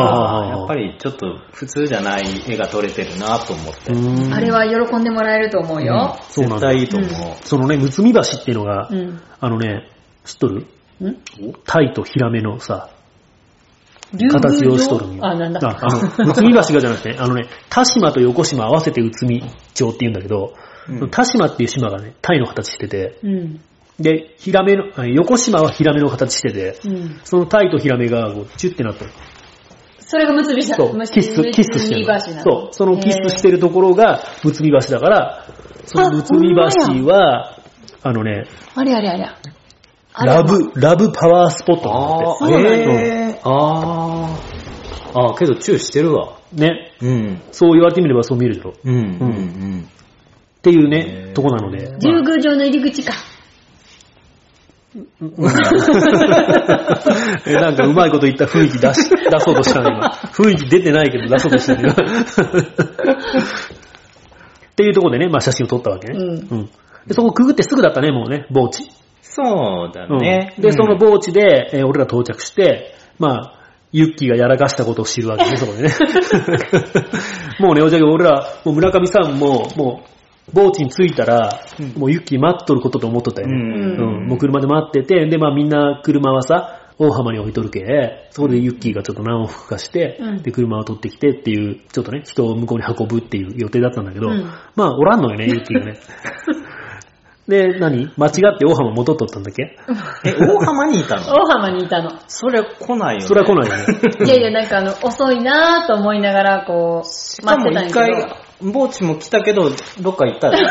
ら、やっぱりちょっと普通じゃない絵が撮れてるなと思って。
うん
あれは喜んでもらえると思うよ。
そうなん
絶
だ
対いいと思う。
そのね、むつみ橋っていうのが、
うん。
あのね、知っとる
うん
タイとヒラメのさ、
竜宮
形
城
をしとるんよ。
あ、なんだ。
ああの、宇都宮橋がじゃなくてね、あのね、田島と横島合わせて宇都宮町って言うんだけど、
うん
田島っていう島がね、タイの形してて、
うん。
で、ヒラメの、あ横島はヒラメの形してて、
うん。
そのタイとヒラメがこうチュッてなってる。
それが結びした。
そう、キス、キスしてる
結び橋
の。
なの
そう、そのキスしてるところが、むつみ橋だから、そのむつみ橋は、あのね、
へーあれあれあれ。あれ
ラ。ブ、ラブパワースポットなんだ
あ
って。
あ、
そうなんだ
へえああ。ああ、けどチューしてるわ。
うんね、
うん。
そう言われてみればそう見えるでしょ。っ
うん。う
う
んうん。
ていう
へ
ね、
ー
とこなので。
竜宮城の入り口か。
え なんかうまいこと言った雰囲気出 し、出そうとしたの今。雰囲気出てないけど出そうとしたの今。っていうところでね、まあ写真を撮ったわけね。。
うん
でそこくぐってすぐだったね、もうね、傍地。
そうだね。
うんで、その
ぼ
傍地で、えー俺ら到着して、まあ、ユッキーがやらかしたことを知るわけ ね、そこでね。もうね、おじゃけ俺ら、もう村上さんも、もう、傍地に着いたら、
うん
もうユッキー待っとることと思っとったよ
う
ね。
ん。
うん、もう車で待ってて、で、まあみんな車はさ、大浜に置いとるけ、そこでユッキーがちょっと何往復かして、
うん
で、車を取ってきてっていう、ちょっとね、人を向こうに運ぶっていう予定だったんだけど、
うん
まあおらんのよね、 ユッキーがね。で、何間違って大浜戻っとったんだっけ
え、大浜にいたの
大浜にいたの。
それ来ないよね。
それは来ないよ ね。
いやいや、なんかあの、遅いなぁと思いながら、こ
し
う、
か
待っ
も
てたん
一
やけ
回
ど。、
ぼーちも来たけど、どっか行ったで。
じ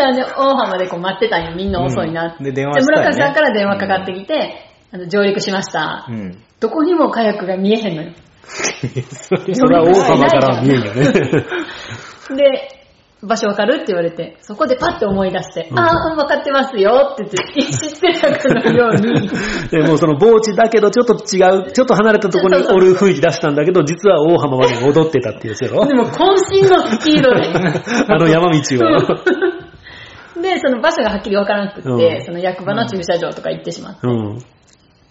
ゃあね、大浜でこう待ってたんよ。みんな遅いなって。
うんで電話したよ
で村
ね
上さんから電話かかってきて、あの上陸しました。
うん。
どこにも火薬が見えへんのよ。
それは大浜からは見えんよね。
で、場所わかるって言われて、そこでパッて思い出して、
うん
ああ、わかってますよって言って、知ってたか のように、
でもうその傍地だけど、ちょっと違う、ちょっと離れたところにおる雰囲気出したんだけど、実は大浜まで戻ってたっていうやつやろ
でも渾身のスピードで。
あの 山道を。
で、その場所がはっきりわからなくって、
うん
その役場の駐車場とか行ってしまった。
うん。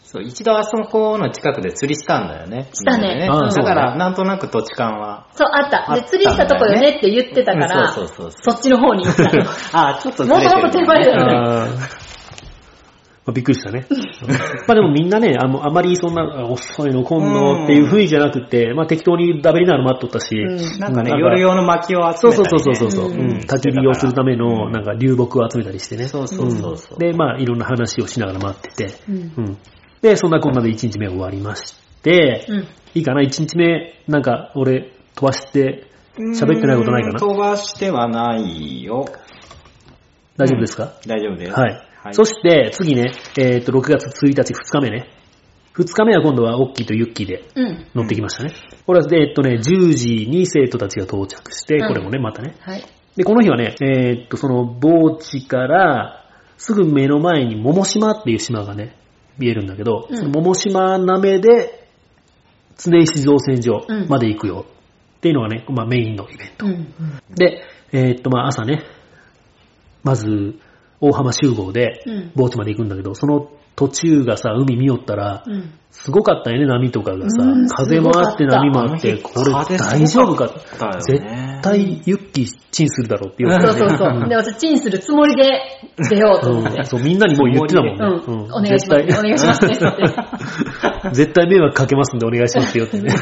そう、一度あそこの近くで釣りしたんだよね。
したね
みんなで
ああ
だか
そう
ら、なんとなく土地勘は。
そう、あった。
あったんだよ
で、
ね
釣りしたとこよねって言ってたから、
うんそうそうそう
そっちの方に行ったの。
ああ、ちょっとず
も
れて
と
る
もと手前だよね。
あーまあ、びっくりしたね。 まあでもみんなね、あのあまりそんな、あ遅いの、こんのっていう雰囲気じゃなくて、まあ適当にダベりながら待っとったし、
うん
なんかね、夜用の薪を集
そう
めたりね、
そうそうそうそう、
うん
うん焚き火をするための、なんか流木を集めたりしてね。
そうそうそうそう
で、まあいろんな話をしながら待ってて、
うん
うんで、そんなこんなで1日目終わりまして、
うん。
いいかな、1日目、なんか俺、飛ばして、喋ってないことないかな
うーん飛ばしてはないよ。
大丈夫ですか、
大丈夫です。
はい。
はい、
そして、次ね、えっ、と、6月1日、2日目ね。2日目は今度は、オッキーとユッキーで
うん。
乗ってきましたね。これは、でえっ、とね、10時に生徒たちが到着して、
うん
これもね、またね。
はい。
で、この日はね、えっ、と、その、傍地から、すぐ目の前に桃島っていう島がね、見えるんだけど、
うん
その桃島なめで、常石造船所まで行くよ。っていうのがね、まあメインのイベント。
うん。
で、えーっと、まあ朝ね、まず、大浜集合で
うん、
ボーチまで行くんだけど、その途中がさ、海見よったら、
うん。
すごかったよね、波とかがさ
うん。
風もあって、
すごかった
波もあって、
あの日
これ
風
大丈夫か
すごかったよ
絶
ね
対、ユッキーチンするだろうって言わ
そ
れ
う
て
そうそう。で、私、チンするつもりで出ようと思って。
そう、みんなにもう言ってたもん
う
ね
ん。。お願いします。お願いしますねって。
絶対迷惑かけますんでお願いしますよってね。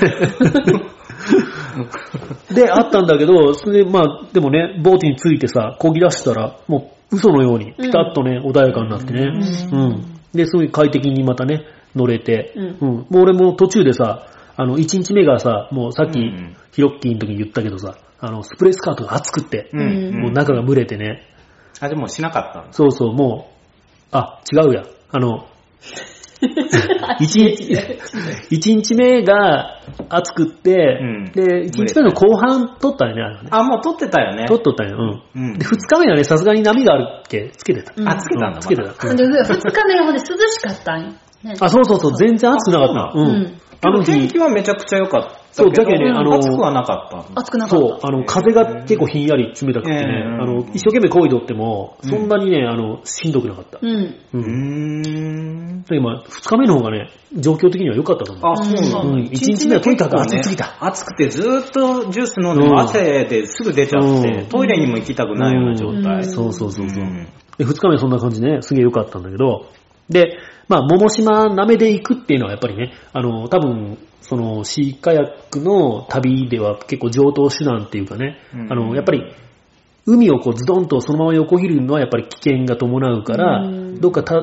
で、あったんだけど、それで、まあ、でもね、ボーテについてさ、漕ぎ出したら、もう嘘のように、ピタッとね、穏やかになってね。うん。で、すごい快適にまたね、乗れて。
うん
うん。もう俺も途中でさ、あの、1日目がさ、もうさっき
うん、
ヒロッキーの時に言ったけどさ、あの、スプレースカートが熱くって、
うん
うん
もう中が蒸れてね、
あ、でもしなかったんです。
そうそう、もう、あ、違うや。あの、一日、 一日目が暑くって、
うん
で、一日目の後半撮ったよね、あれはね。
あ、もう撮ってたよね。
撮っとったんよ。う
うん
ん。で、二日目はね、さすがに波があるっけ、つけてた。
うん
あ、つけたん
う
だ、
んつけてた。うん
で、二日目の方で涼しかったんよね
あ、そうそうそう、全然暑くなかった。
う
う
なん
ん。
あ
あ
の
の
天
日
気、はめちゃくちゃ良かったけど。
そうだけどねあの
暑くはなかった。
暑くなかった。
そう、あの、風が結構ひんやり冷たくてね、
うん
あの、一生懸命漕いどっても、そんなにね、あの、しんどくなかった。
うん。
う
うー
ん。
ん。
で、今、二日目の方がね、状況的には良かったと思う。
あ、そう
う
なんんだ。
一日目はとにかく暑すぎた
結構ね。暑くてずーっとジュース飲んでも汗ですぐ出ちゃっ
う
て
ん、
トイレにも行きたくないような状態。
そうそうそうそう。
ん
で、二日目そんな感じね、すげえ良かったんだけど、で、まあ、桃島なめで行くっていうのはやっぱりね、あの、多分、その、シーカヤックの旅では結構上等手段っていうかね、
うん
あの、やっぱり、海をこうズドンとそのまま横切るのはやっぱり危険が伴うから、
うん
どっかた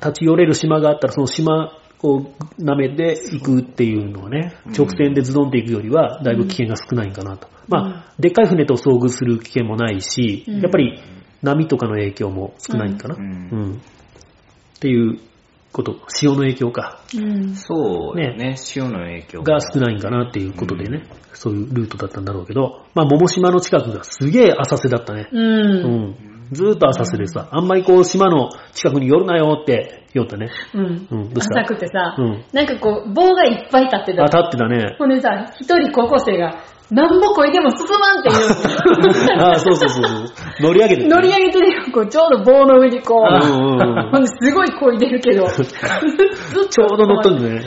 立ち寄れる島があったらその島を舐めていくっていうのはね、
うん
直線でズドンっていくよりはだいぶ危険が少ないんかなと。まあ、でっかい船と遭遇する危険もないし、
うん
やっぱり波とかの影響も少ないんかな。
う
うんんっていうこと、潮の影響か、
うん。
そうだね、潮の影響
が少ないんかなっていうことでね、そういうルートだったんだろうけど、まあ、桃島の近くがすげえ浅瀬だったね。
うん。
うんずーっと浅瀬でさ、あんまりこう島の近くに寄るなよって言おったね。
うん。
うんどうした
浅くてさ、
うん
なんかこう、棒がいっぱい立って
あ、
た。
立ってた ね。
ほんでさ、一人高校生が、なんぼこいでも進まんっていう。
あ、そうそうそうそう。乗り上げてたね
乗り上げてるよ、こう、ちょうど棒の上にこう。
うんうん うん
ほんですごいこいでるけど。ずっ と
ちょうど乗っ とるね。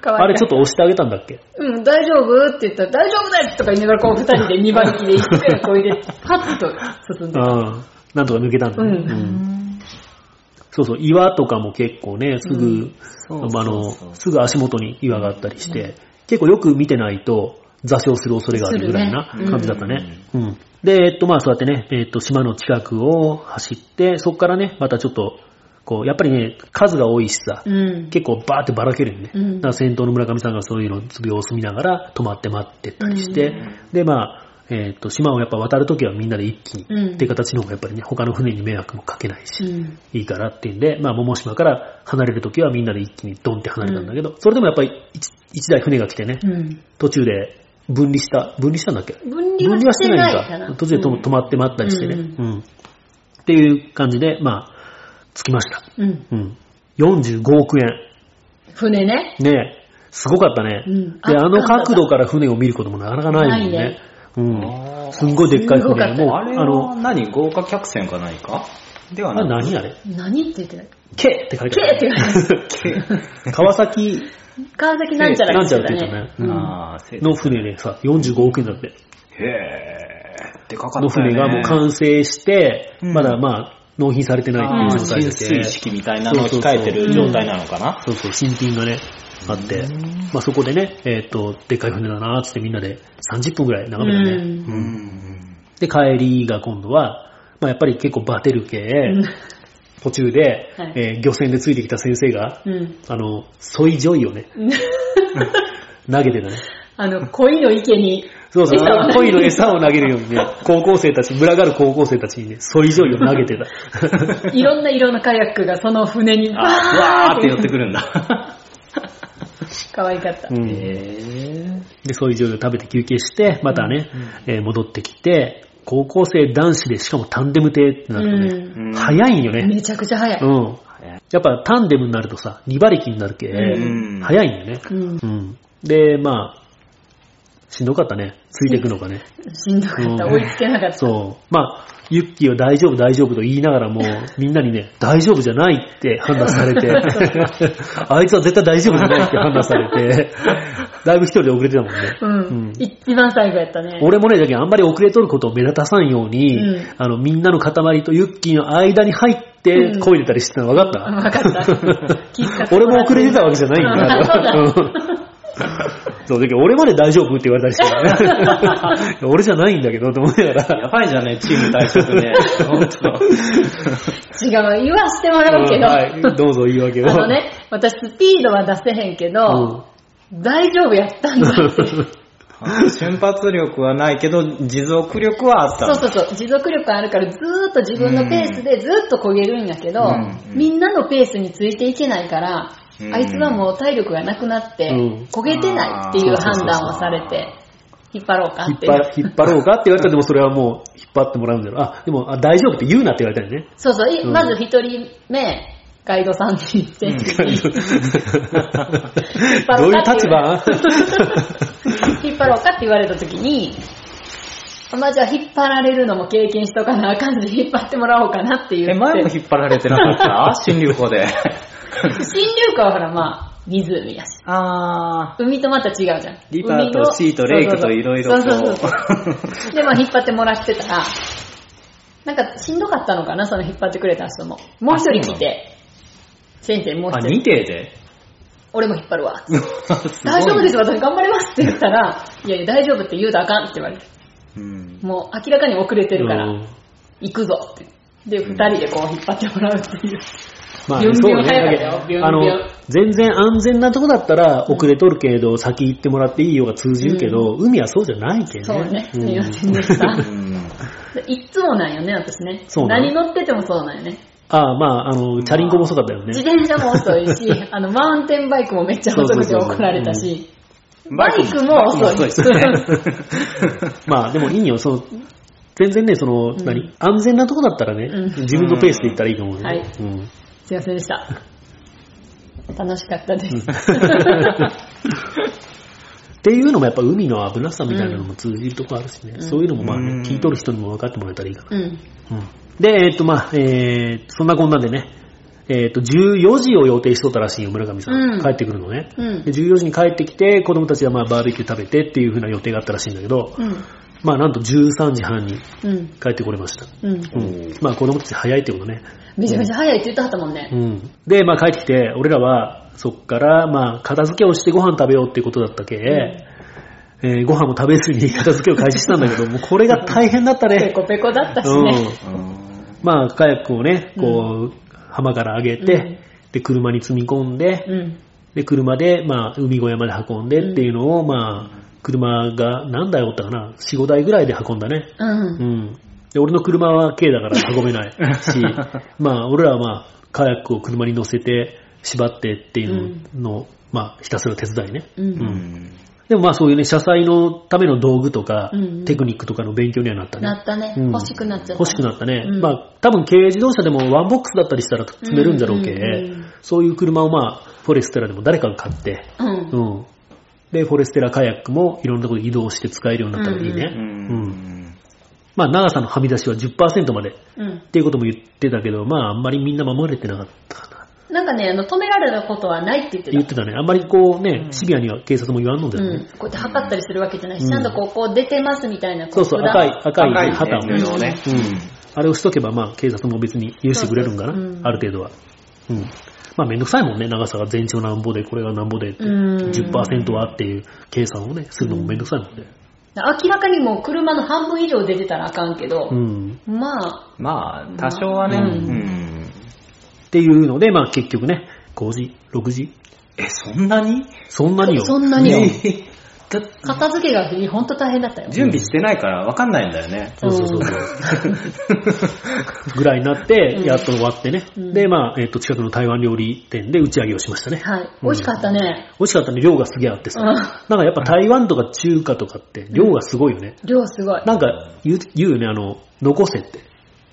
かわいい
あれちょっと押してあげたんだっけ
うん、大丈夫って言ったら、大丈夫だよとか言いながら、こう、二人で二馬力で一回こいで、パッと進んで。
うん。なんとか抜けたんだね。
うん
そうそう、岩とかも結構ね、すぐ、
うん
あ
そうそうそ
の、
う
すぐ足元に岩があったりして、結構よく見てないと、座礁する恐れがあるぐらいな
するね
感じだったね。うんで、えっと、まあ、そうやってね、えっと、島の近くを走って、そこからね、またちょっと、こう、やっぱりね、数が多いしさ、
うん。
結構バーってばらけるよね。
うん
だから先頭の村上さんがそういうの様子見ながら止まって待ってったりして、で、まあ、えっ、と、島をやっぱ渡るときはみんなで一気に、
うん
っていう形の方がやっぱりね、他の船に迷惑もかけないし、
うん。
いいからっていうんで、まあ、桃島から離れるときはみんなで一気にドンって離れたんだけど、それでもやっぱり一一台船が来てね、
うん。
途中で分離した、分離したんだっけ
分離はしてないか
分離はしてない
な。
途中でと
うん
止まって待ったりしてね、
う
うんっていう感じで、まあ、着きました。
うん。
うん。45億円。
船ね。
ねえ、すごかったね。
うん
で、
あ
あの角度から船を見ることもなかなかないもんね。
ね
うん。すんごいでっかい
すごか
船。
ったよ
もう、
あ
あ
れは
の、
何豪華客船かないかでは
あれ
なく
何あれ
何って言ってない
?K って書いて
K って
書いてある。川崎
川崎なんちゃら
なんちゃら
っ
って
て
言
言
っ
ったた
ねう
ね。。
ん
あーせ
の船でさ、45億円だって。
へーでかか
の
ったよ
船
ね。
がもう完成して、
うん
まだまあ、納品されてないっていう状態で
浸水式みたいなのを控えてる状態なのかな
そうそう、新品がね、あって、まあそこでね、えっと、でっかい船だなーっつってみんなで30分くらい眺めたね。
う
う
ん
うんん。
で、帰りが今度は、まあ、やっぱり結構バテる系、途中で、
はい
えー漁船でついてきた先生が、
うん。
あの、ソイジョイを ね、投げてたね。
あの、鯉の池に、
そうそう、
餌を投
恋
げる
の餌を投げるようにね、高校生たち、群がる高校生たちにね、ソイジョイを投げてた。
いろんな色のカヤックがその船に、。
あー、わーって寄っててくるんだ。
可愛かった
う。ん
へー
で、ソイジョイを食べて休憩して、またね、えー戻ってきて、高校生男子でしかもタンデム艇ってなるとね、
う
うん
早いんよ
ん。
ね。
めちゃくちゃ早
う
い。
ん。やっぱタンデムになるとさ、2馬力になるけ、
うん
早いんよね。
うん。
うん。で、まあ、しんどかったね。ついていくのがね。
しんどかった。
うん
追いつけなかった。
そう。まあ、ユッキーは大丈夫大丈夫と言いながらも、みんなにね、大丈夫じゃないって判断されて、あいつは絶対大丈夫じゃないって判断されて、だいぶ一人で遅れてたもんね。
うん。一番最後やったね。
俺もね、だけどあんまり遅れとることを目立たさんように、
うん
あの、みんなの塊とユッキーの間に入って、
うん
こいでたりしてたの分かった、
わか った。気遣って
俺
もら
も
っ
遅れてたわけじゃないんだ
うんそうだ。
そう、だけど俺まで大丈夫って言われたり してね。俺じゃないんだけど、と思いながら。
やばいじゃね、チーム退職ね。本当。
違う、言わしてもらうけど。
はい、どうぞ言い訳を。
あのね、私スピードは出せへんけど、大丈夫やった ん だって。
瞬発力はないけど、持続力はあった
そ
ん
う
だ。
そうそう、持続力あるからずーっと自分のペースでずーっと焦げるんやけど、
うん
みんなのペースについていけないから、
うん
あいつはもう体力がなくなって、
うん
焦げてないっていう判断をされて、引っ張ろうか
引
っ。
って張引っ張ろうかって言われたら、でもそれはもう引っ張ってもらうんだろう。あ、でもあ大丈夫って言うなって言われたよね。
そうそう、い
うん
まず一人目、ガイドさんって言って、 張
ど
ろ
う
う
い
か
う
って
立
言わ
場
引っ張ろうかって言われた時に、まあじゃあ引っ張られるのも経験しとかなあかんで引っ張ってもらおうかなっていう。
え、前も引っ張られて なかった新流法
新
で。
流化はほらまあ、湖やし。
あ
海とまた違うじゃん。
リバーと
海の
シーとレイクといろいろ
そう
こう
そうそう。で、まあ引っ張ってもらってたら、なんかしんどかったのかな、その引っ張ってくれた人も。もう一人来て、先生もう
あ、
一人、
2艇で
俺も引っ張るわ。
すごい
大丈夫です、私頑張りますって言ったら、いやいや大丈夫って言うとあかんって言われる。
うん
もう明らかに遅れてるか
うん
ら、行くぞって。で、二人でこう引っ張ってもらうっていう。
まあ、
ビュン
そう
ビュン
ね。
早かったよ
だけ
ビュンビュン
どあの、全然安全なとこだったら遅れとるけれど、先行ってもらっていいよが通じるけど、海はそうじゃないけね。
そうね、す
ん
みませんでし
う
た。
ん
でいっつもなんよね、私ね。
そうなの
何乗っててもそうなんよね。
ああ、まあ、あの、チャリンコもそうだったよ
自
ね。
転車も遅いし、 あの、マウンテンバイクもめっちゃ遅くて
そうそうそうそう
怒られたし、バイクも
バイクも
遅い。
遅いですね
まあ、でもいいよ、そう、全然ね、その、
ん
何安全なとこだったらね、
うん
自分のペースで行ったらいいと思うよね。うん
すいませんでした。楽しかったです。
っていうのもやっぱ海の危なさみたいなのも通じるとこあるしね、
うん
そういうのもまあ、
うん
ね、聞いとる人にも分かってもらえたらいいかな。
うん。
うんで、えっとまあ、えー、そんなこんなでね、えっと、14時を予定しとったらしいよ、村上さん。
うん
帰ってくるのね。
うん
で。14時に帰ってきて、子供たちはまあバーベキュー食べてっていう風な予定があったらしいんだけど、
うん。
まあなんと13時半に
うん。
帰ってこれました。
うん。
うん、まあ子供たち早いってことね。
めちゃめちゃ早いって言ってはったもんね。
うん。で、まあ帰ってきて、俺らはそっからまあ片付けをしてご飯食べようっていうことだったけ、えーご飯も食べずに 片付けを開始したんだけど、もうこれが大変だっ た
ペ
ね。
コペコだったし
うん
ね。。
まあ、カヤックをね、こう、浜から上げて、
うん
で、車に積み込んで、
うん。
で、車で、まあ、海小屋まで運んでっていうのを、まあ、車が何台おったかな ?4、5台ぐらいで運んだね。
うん
う。ん。で、俺の車は軽だから運べ ないし、まあ、俺らはまあ、カヤックを車に乗せて、縛ってっていうのの、まあ、ひたすら手伝いね。
うん
うでもまあ、そういうね、車載のための道具とか、
うん
テクニックとかの勉強にはなったね。
なったね。
うん
欲しくなっちゃった。
欲しくなったね。
うん
まあ、多分軽自動車でもワンボックスだったりしたら積めるんじゃろうけ、
うんうん
そういう車をまあ、フォレステラでも誰かが買って、
うん
う。ん。で、フォレステラカヤックもいろんなところで移動して使えるようになったらいいね。
う
うん。
まあ、長さのはみ出しは10%までっ
うん。
ていうことも言ってたけど、まあ、あんまりみんな守れてなかったかな。
なんかね、あの、止められることはないって言って。
言ったてたね。あんまりこうね、シビアには警察も言わんのだよ
うん
ね。。
こうやって測ったりするわけじゃないし、
うん
ちゃんとこう、こう出てますみたいな。
そうそう、
こ
赤い、
札
赤い旗
赤
をね
いね、布をね。
あれをしとけば、まあ、警察も別に許してくれるんかな、
そうそううん
ある程度は。うん。まあ、めんどくさいもんね、長さが全長なんぼで、これがなんぼでって、
うん
10%はっていう計算をね、するのもめんどくさいもんね。
明らかにもう車の半分以上出てたらあかんけど
う、ん。
まあ、
まあ、多少はね。
うん
うん。
っていうので、まあ、結局ね、5時、6時、
え、そんなに
そんなによ。
そんな によ。
えだ
片付けが本当大変だったよ。
準備してないから分かんないんだよね。
そうそうそうそう。ぐらいになって、やっと終わってね。
うん
で、まあ、えっ、と、近くの台湾料理店で打ち上げをしましたね。
はい。美味しかったね。
美味しかったね、量がすげえあってさ。
うん
なんかやっぱ台湾とか中華とかって、量がすごいよね。
量すごい。
なんか言う言うよね、あの、残せって。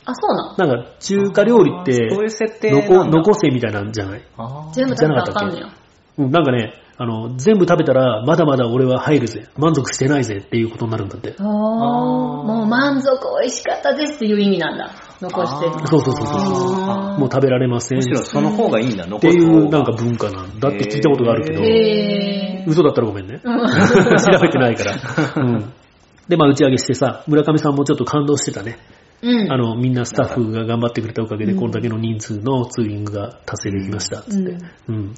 あ、そうなん
なんか中華料理って、
あーそういう設定なんだ
残残せみたいなんじゃない
あ
全部食べたらあかんの
じゃ
よ。
うん、なんかね、あの、全部食べたら、まだまだ俺は入るぜ。満足してないぜっていうことになるんだって。
あーもう満足美味しかったですっていう意味なんだ。残してるの。
そうそうそうそう
あー
もう食べられません。
むしろ
っ
その方がいいんだ、残
て
す
い
方が
うなんか文化なんだって聞いたことがあるけど、
へー。
嘘だったらごめんね。
うん
調べてないから。うん。で、まあ打ち上げしてさ、村上さんもちょっと感動してたね。
うん。
あの、みんなスタッフが頑張ってくれたおかげで、こんだけの人数のツーリングが達成できました。うん。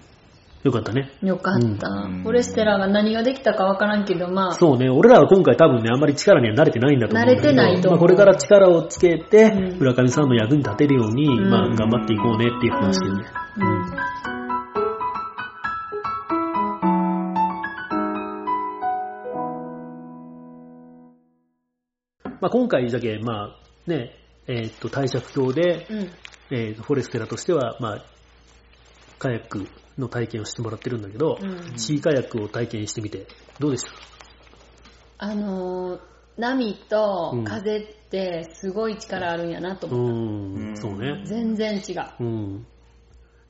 よかったね。
よかった。
うん
フォレステラが何ができたかわからんけど、まあ、
そうね、俺らは今回多分ね、あんまり力には慣れてないんだと思うんだけど。
慣れてないと
ま
思う
あ、これから力をつけて、
うん
村上さんの役に立てるように、
ん
まあ、頑張っていこうねっていう話でね。
うん
まあ、今回だけ、まあ、ね、えーっと、帝釈教で、
うん。
えーっと、フォレステラとしては、まあ、カヤックの体験をしてもらってるんだけど、
うん
シーカヤックを体験してみて、どうでした
あのー波と風ってすごい力あるんやなと
う
思う。
ー
うん
ん、そうね。
全然違う。
うん。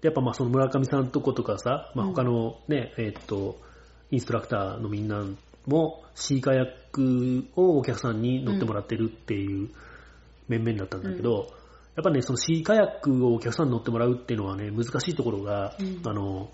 でやっぱまあその村上さんとことかさ、まあ、
うん
他のね、えーっと、インストラクターのみんなも、シーカヤックをお客さんに乗ってもらってるっていう面々だったんだけど、やっぱね、そのシーカヤックをお客さんに乗ってもらうっていうのはね、難しいところが、
うん
あの、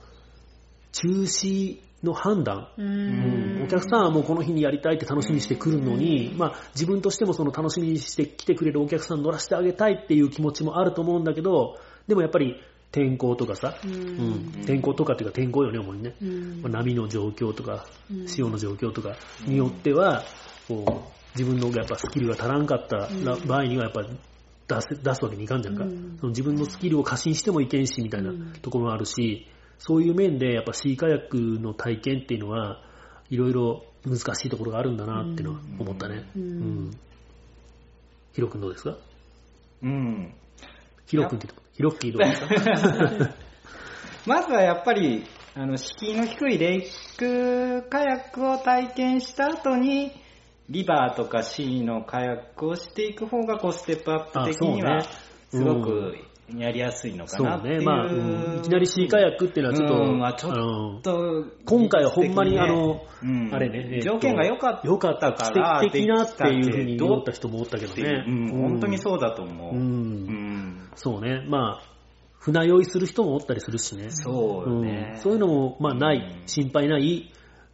中止の判断、
う
うん
ん
お客さんはもうこの日にやりたいって楽しみにしてくるのに、まあ、自分としてもその楽しみにして来てくれるお客さんに乗らせてあげたいっていう気持ちもあると思うんだけど、でもやっぱり天候とかさ、
う。
うんん、天候とかっていうか天候よね、主にね。
うん
まあ波の状況とか
うん、
潮の状況とかによっては、こう、自分のやっぱスキルが足らんかったら場合にはやっぱ出せ出すわけにいかんじゃんか、
うん
その自分のスキルを過信してもいけんしみたいな
うん
ところもあるし、そういう面でやっぱシーカヤックの体験っていうのはいろいろ難しいところがあるんだなっていうのは思ったね。
うん
うんヒロ君どうですか
うん。
ヒロ君って言ってヒロッキーどうですか
まずはやっぱり、あの、敷居の低いレイクカヤックを体験した後に、リバーとかシーのカヤックをしていく方が、こう、ステップアッ
あ
プ的には、
そう
す
ね
ごくやりやすいのか
そう
なってい
ね。
う。
まあ、うんいきなりシーカヤックっていうのはちょっと、
うんまあちょっ
あの
と、
今回はほんまに、
ね
あの、
うん
あれね、えっと
条件が良かったから。
良かった、奇跡的なっていうふうに思った人もおったけど
っていう
ね。
うん本当にそうだと思う。
う。
うんん
そうね。まあ、船酔いする人もおったりするしね。
そうよね、
んそういうのも、まあ、ない、
うん
心配ない、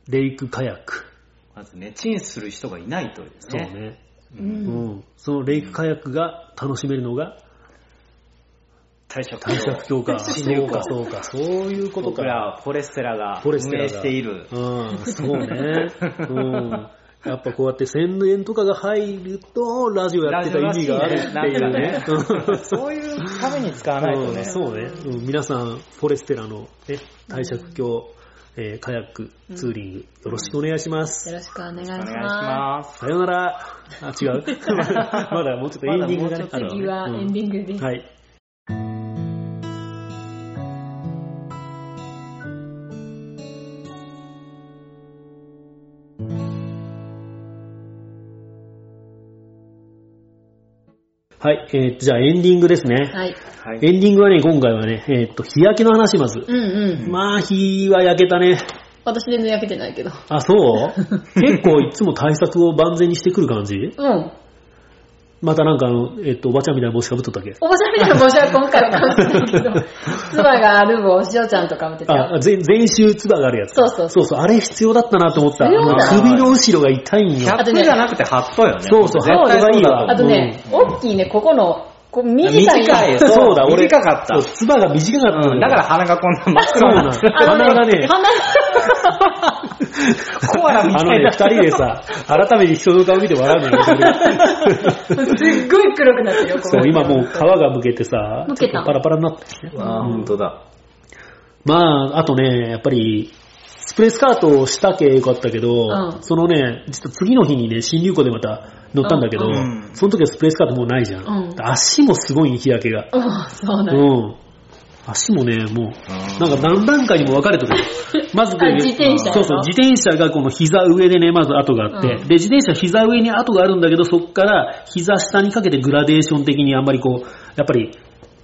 レイクカヤック。
まずね、チンする人がいないというね。
そうね。
う
うんん。そのレイクカヤックが楽しめるのが、
対策
対策強化。
し
そ
ていうこ
か、そうか、そういうこと
僕
から
はフォレステラが
フォ
運
レステラ
営
が
している。
うん、そうね。うん。 やっぱこうやって宣伝とかが入ると、ラジオやってた意味があるっていうね
ラ。ジオらしいね なんかねそういうために使わないと
う
ね。
んそうね。うん皆さん、フォレステラのね、対借橋、えーカヤック、ツーリング、よろしくお願いします。
よろしくお願いし
お願いし
ま
ます。
さよなら。あ、違 う。まだもうちょっとエンディングがね
す。
あるわね
次はエンディングです。
はい。はい、えー、とじゃあエンディングですね。
はい。
はい。
エンディングはね、今回はね、えー、と日焼けの話まず。
うんうん。
まあ、日は焼けたね。
私全然焼けてないけど。
あ、そう結構いつも対策を万全にしてくる感じ
うん。
またなんかあの、えっ、と、おばちゃんみたいな帽子かぶっとったっけ
おばさんみたいな帽子は今回は被ってないけど、つばがある帽子をちゃんと被ってた。
あ、前、前週ツバがあるやつ。
そうそう
そうそう、あれ必要だったなと思った。あ
必要
の
だ
首の後ろが痛いん
キ
よ
ャ。ップじゃなくてハットよね。
そうそう
絶対
ハットがいいわ
そうだ
あとね、大きいね、ここの、こう短い。
短い
そうだ、俺。
短かった
そうツバが短かった、
うんだから、鼻がこんな真っ
そう
黒
なの。
な。
鼻がね、
鼻
コアラみた
あ
い
のね、
な。
二人で さ、改めて人の顔見て笑うのよ。
が、 すっごい黒くなってるよ、ここ
そう、今もう皮がむけてさ、
むけた
ちょっとパラパラになってるね。
あー、本当だ。
まあ、あとね、やっぱり、スプレースカートをしたけよかったけど、
うん
そのね、実は次の日にね、新流行でまた乗ったんだけど、
うん
うん
その時はスプレースカートもうないじゃん。
うん
足もすごい日焼けが。
うん、そうな
うんん。足もね、も
う
う、
ん
なんか何段階にも分かれて る。まずこう
あ自転車やろ
そうそう、自転車がこの膝上でね、まず跡があって、
うん
で、自転車膝上に跡があるんだけど、そこから膝下にかけてグラデーション的にあんまりこう、やっぱり、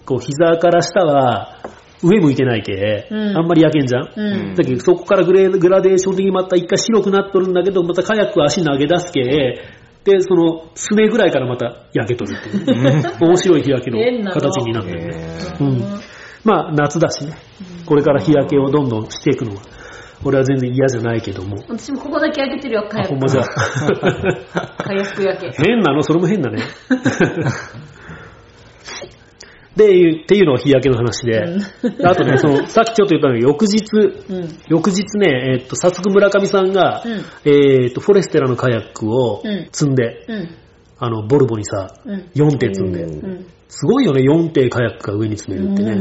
こう膝から下は上向いてないけ、
うん
あんまり焼けんじゃん。
うんん。
だけどそこからグレーグラデーション的にまた一回白くなっとるんだけど、またカヤックは足投げ出すけ、で、その、すねぐらいからまた焼けとるってい う、面白い日焼け
変
の
なの
形になってるね。
えー
うん。まあ、夏だしね。これから日焼けをどんどんしていくのは、俺は全然嫌じゃないけども。
私もここだけ焼けてるよ、火
あ、ほんまじ
薬。
ゃ。
火薬焼け。
変なのそれも変だね。で、っていうのは日焼けの話で。
う
あとね、その、さっきちょっと言ったのが翌日、
うん。
翌日ね、えっと、早速村上さんが、
うん
えっと、フォレステラのカヤックを
うん
積んで、
うん。
あの、ボルボにさ、
うん。
4艇積んで、
うん。
すごいよね、4艇カヤックが上に積めるってね。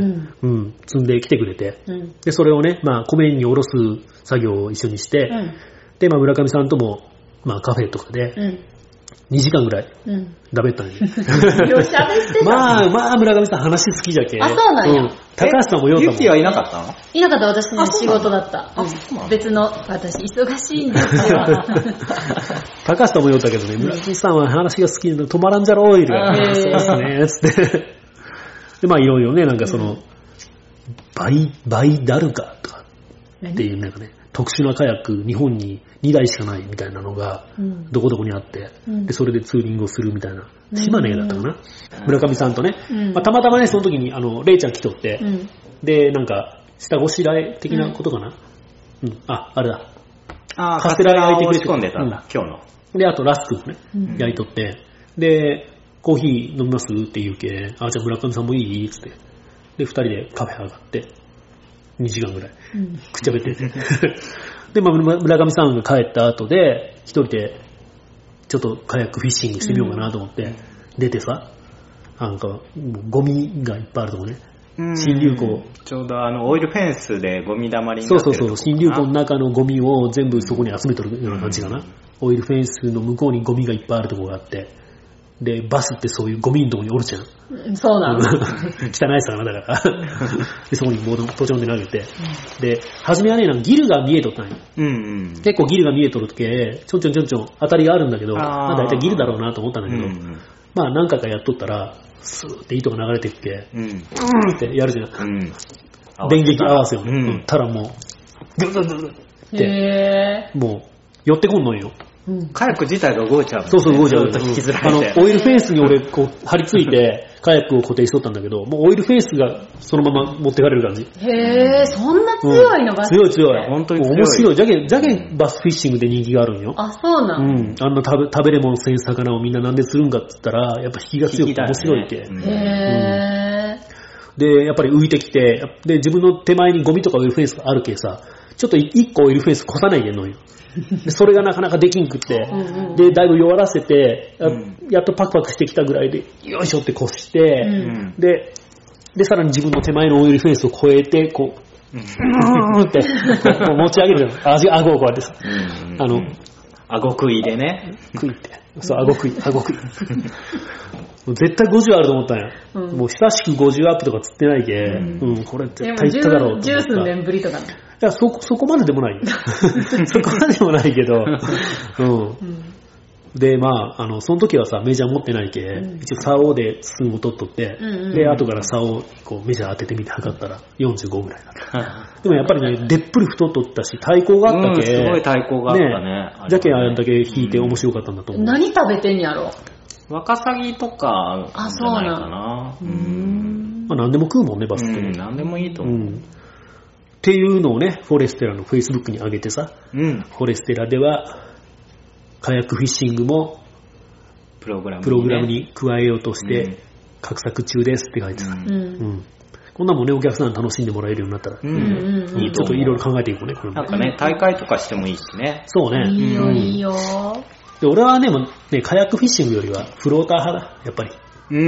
うん、積んできてくれて。
うん。
で、それをね、まあ、湖面に下ろす作業を一緒にして、
うん。
で、まあ、村上さんとも、まあ、カフェとかで、
うん。
2時間ぐらい、
うん。
だべったんよ。
よしゃべってた。
まあ、まあ、村上さん話好きじゃけ。
あそうなんや
高橋さんもようた
えユ
もん
キはいなかったの
いなかった私ね、仕事だった。
あ
うん
そうなの
別の、私、忙しいんで すよ。
高橋さんもようたけどね、村上さんは話が好きで止まらんじゃろ、いる
あー
そうですね、つって。で、まあ、いろいろね、なんかその、バイ、バイダルカとかっていう、なんかね、特殊なカヤック、日本に2台しかないみたいなのが、
うん
どこどこにあって、
うん
で、それでツーリングをするみたいな、
うん
島根だったかな、村上さんとね、
うん
まあ、たまたまね、その時に、あの、レイちゃん来とって、
うん。
で、なんか、下ごしらえ的なことかな、うん、あ、あれだ。
あー
カステラ焼いてくれてる
カステラを仕込んでたんだ、今日の。
で、あとラスクをね
うん、
焼いとって、で、コーヒー飲みますって言うけ、あ、じゃあ村上さんもいいっつって。で、二人でカフェ上がって、2時間ぐらい、
うん。
くっちゃべって て。で、まあ、村村上さんが帰った後で、一人で、ちょっとカヤックフィッシングしてみようかなと思って、出てさ、なんか、もうゴミがいっぱいあるとこね。新流行。
ちょうどあの、オイルフェンスでゴミ溜まりに
そ
な
う
って
そう
ると
そ
こ
う、新流行の中
か
のゴミを全部そこに集めとるような感じかな。
うん
オイルフェンスの向こうにゴミがいっぱいあるとこがあって、で、バスってそういうゴミのとこにおるじゃん。
うんそうなの。
汚い魚だから。で、そこにボード、途中で投げて。で、初めはね、なんかギルが見えとったんよ。
うん
結構ギルが見えとるけ、ちょんちょんちょんちょん当たりがあるんだけど、
あー
まあ大体ギルだろうなと思ったん
う
だ
ん。
けど、まあ何回かやっとったら、スーって糸が流れてっけ、
うん。
うんってやるじゃん。
うん。
電撃合わせを。
う
うんん。。たらもう、ぐぐぐぐって、
へ
もう、寄ってこんのんよ。
ぇー。
カヤック自体が動いちゃうもんね。
そうそう、動いちゃう
ずっと引きずられ
あの、
て。
オイルフェンスに俺、こう、張り付いて、カヤックを固定しとったんだけど、もうオイルフェンスがそのまま持ってかれる感じ。
へぇー、そんな強いの
うん
バス
強い強い。
本当に強い
面白い。じゃけん、じゃけんバスフィッシングで人気があるんよ。
あ、そうな
う
の。
ん。あんな食べ食べれ物せん魚をみんななんでするんかって言ったら、やっぱ引きが強くて面白いって。
うん
へ
で、やっぱり浮いてきて、で、自分の手前にゴミとかオイルフェンスがあるけさ、ちょっと一個オイルフェンス越さないでんのよ。でそれがなかなかできんくって
うんうん、
で、だいぶ弱らせて、や
うん
やっとパクパクしてきたぐらいで、よいしょって越し
ぇー。
て、
うん。
で、で、さらに自分の手前のオイルフェンスを越えて、こう、
うん
うーんって、こう持ち上げるじゃん。あ、顎をこうやってさ、
うん
あの、
顎食いで ね。
食いって。そう、顎食い、顎食い。もう絶対50あると思ったんや。
うん
もう久しく50アップとか釣ってないけ、うん、これ絶
でも
対いっただろうと
十
思
十
った。
数年ぶりとかね。
いや、そ、そこまででもないよ。そこまででもないけど、うん。
うん。
で、まあ、あの、その時はさ、メジャー持ってないけ、
ん
一応、竿で寸を取っとって、
うんうんうん
で、後から竿をこう、メジャー当ててみて測ったら、45ぐらいだった。でもやっぱりね、でっぷり太っとったし、対抗があったけ、
うんすごい対抗があったねあれはね
じゃけんあれだけ引いて面白かったんだと思う。
何食べてんやろ
ワカサギとか、
あ
じ
そ
ゃ
う
ない
な
かな。
う
うん。
ん。
まあ、何でも食うもんね、バスって。
うん、なんでもいいと
う
思う。
ん。っていうのをね、フォレステラの Facebook に上げてさ、
うん。
フォレステラでは、カヤックフィッシングも
プログラムにね。
プログラムに加えようとし
うん
て、画策中ですって書いてさ、
う。
うんん。こんなんもね、お客さん楽しんでもらえるようになったら、
う。
うんん
うん。
うん
うん
いい
いい
ちょ
と
っと
思う
いろいろ考えていこうね、これ
なん
も。
かね、大会とかしてもいいしね。
そうね。
いよ、
うん
いいよ。
で俺はね、もうね、カヤックフィッシングよりは、フローター派だ、やっぱり。
うー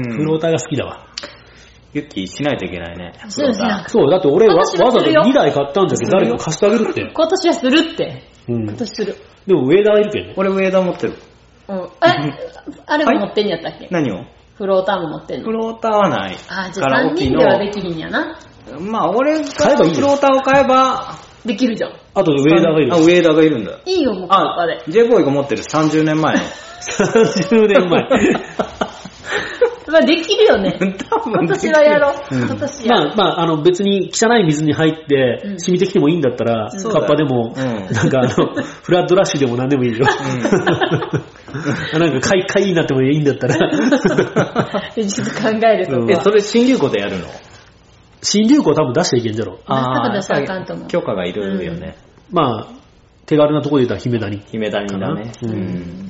ん。
フローターが好きだわ。
ユッキーしないといけないね。
しないしない
そう、だって俺わわ
私
ざ
は
わ
す
ざ
るよ
2台買ったんだけど、誰か貸してあげるって。
今年はするって。
うん。
今年する。
でも、ウェーダーいるけどね。
俺ウェーダー持ってる。
うん。え、あれも持ってんやったっけ
何を
フローターも持ってんの
フローターはない。
あ、じ
カ
ゃあ
ラ
3
オケ
人
の
ではできひんやな。
まあ、俺が
買えばいいよ
フローターを買えば、
できるじゃん。
あと、ウェーダーがいる
あ、ウ。ェーダーがいるんだ。
いいよ、もうここ
あ
で。、
J ボーイが持ってる30年 前の。
30年 前。
まあできるよね。
多分
今
でき
年
る
はやろう。
うん
今年や
ま
ろ
あまあ、あの別に汚い水に入って
うん
染みてきてもいいんだったら、
そうだ
カッパ
よ
でも、
うん
なんかあの、フラッドラッシュでも何でもい いよ。なんかかいかいになってもいいんだったら、
う。ちょっと考えると
うん
こ
え、そ
は。
れ新流行でやるの
新流行多分出していけんじゃろ。
あー
ー
出したらあかんと思う
許可がいるよね。
まあ、手軽なところで言ったら姫谷
姫谷だね。
うん
うん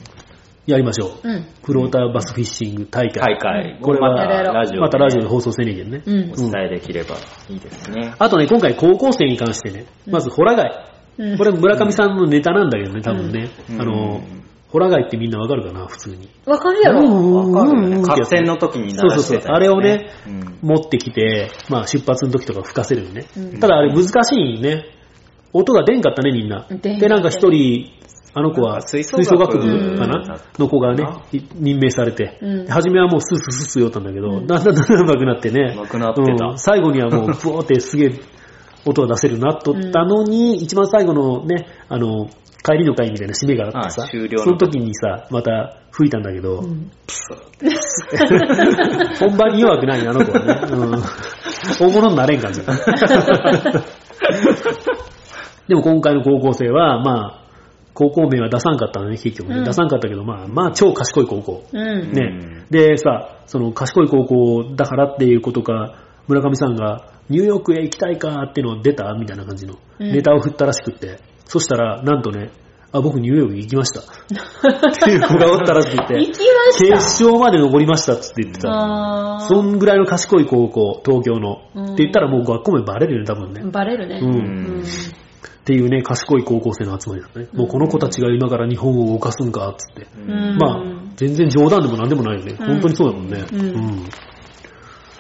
やりましょう。
うん。
フローターバスフィッシング大
大
会。
会。
これは
またラジオ。
またラジオで放送せねえけんね。
うん
お。伝えできればいいですね。
あとね、今回高校生に関してね、まずホラ貝。
うん
これ村上さんのネタなんだけどね、多分ね。
うん
あ
う
の
ん、
ホラ貝ってみんなわかるかな、普通に。
わかるやろ。
わかるよ
うん
ね。合戦の時に流して
そうそ
たや
う
つ
そう
ね。。
あれをね、
うん
持ってきて、まあ出発の時とか吹かせるのね。
うん
ただあれ難しいね。音が出んかったね、みんな。
出んかった
で、なんか一人、あの子
なん
は
か吹
吹
奏楽
奏楽部か
うん
なの子がね、い任命されて
うん。
初めはもうスースースースー言おったんだけ
う
ど、
ん
だんだんだんだん上手くなってね。
上手くなってた
うん最後にはもう、ブオーってすげえ音が出せるようになっとったのに、一番最後のね、あの、帰りの会みたいな締めがあって
あ
さ、
終了の
その時にさ、また吹いたんだけど、
うん
本番に弱くないな、あの子はね。うん。大物になれん感 じ。でも今回の高校生は、まあ、高校名は出さんかったのね、結局ね、
うん
出さんかったけど、まあ、まあ、超賢い高校。
うん。
ね。で、さ、その賢い高校だからっていうことか、村上さんが、ニューヨークへ行きたいかっていうの出たみたいな感じの
うん
ネタを振ったらしくって、そしたら、なんとね、あ、僕ニューヨーク行きました。っていう子がおったらしくって
行、き
決
まし
勝まで登りましたっつって言って
た。
た。
あ
そんぐらいの賢い高校、東京の。
うん
って言ったらもう学校名バレるよね、多分ね。
ー。バレるね。
う。
うん
うん
ん。
っていうね、賢い高校生の集まりだね。もうこの子たちが今から日本を動かすんか、つって。
うん
まあ、全然冗談でも何でもないよね。
うん
本当にそうだもんね。
うん
うん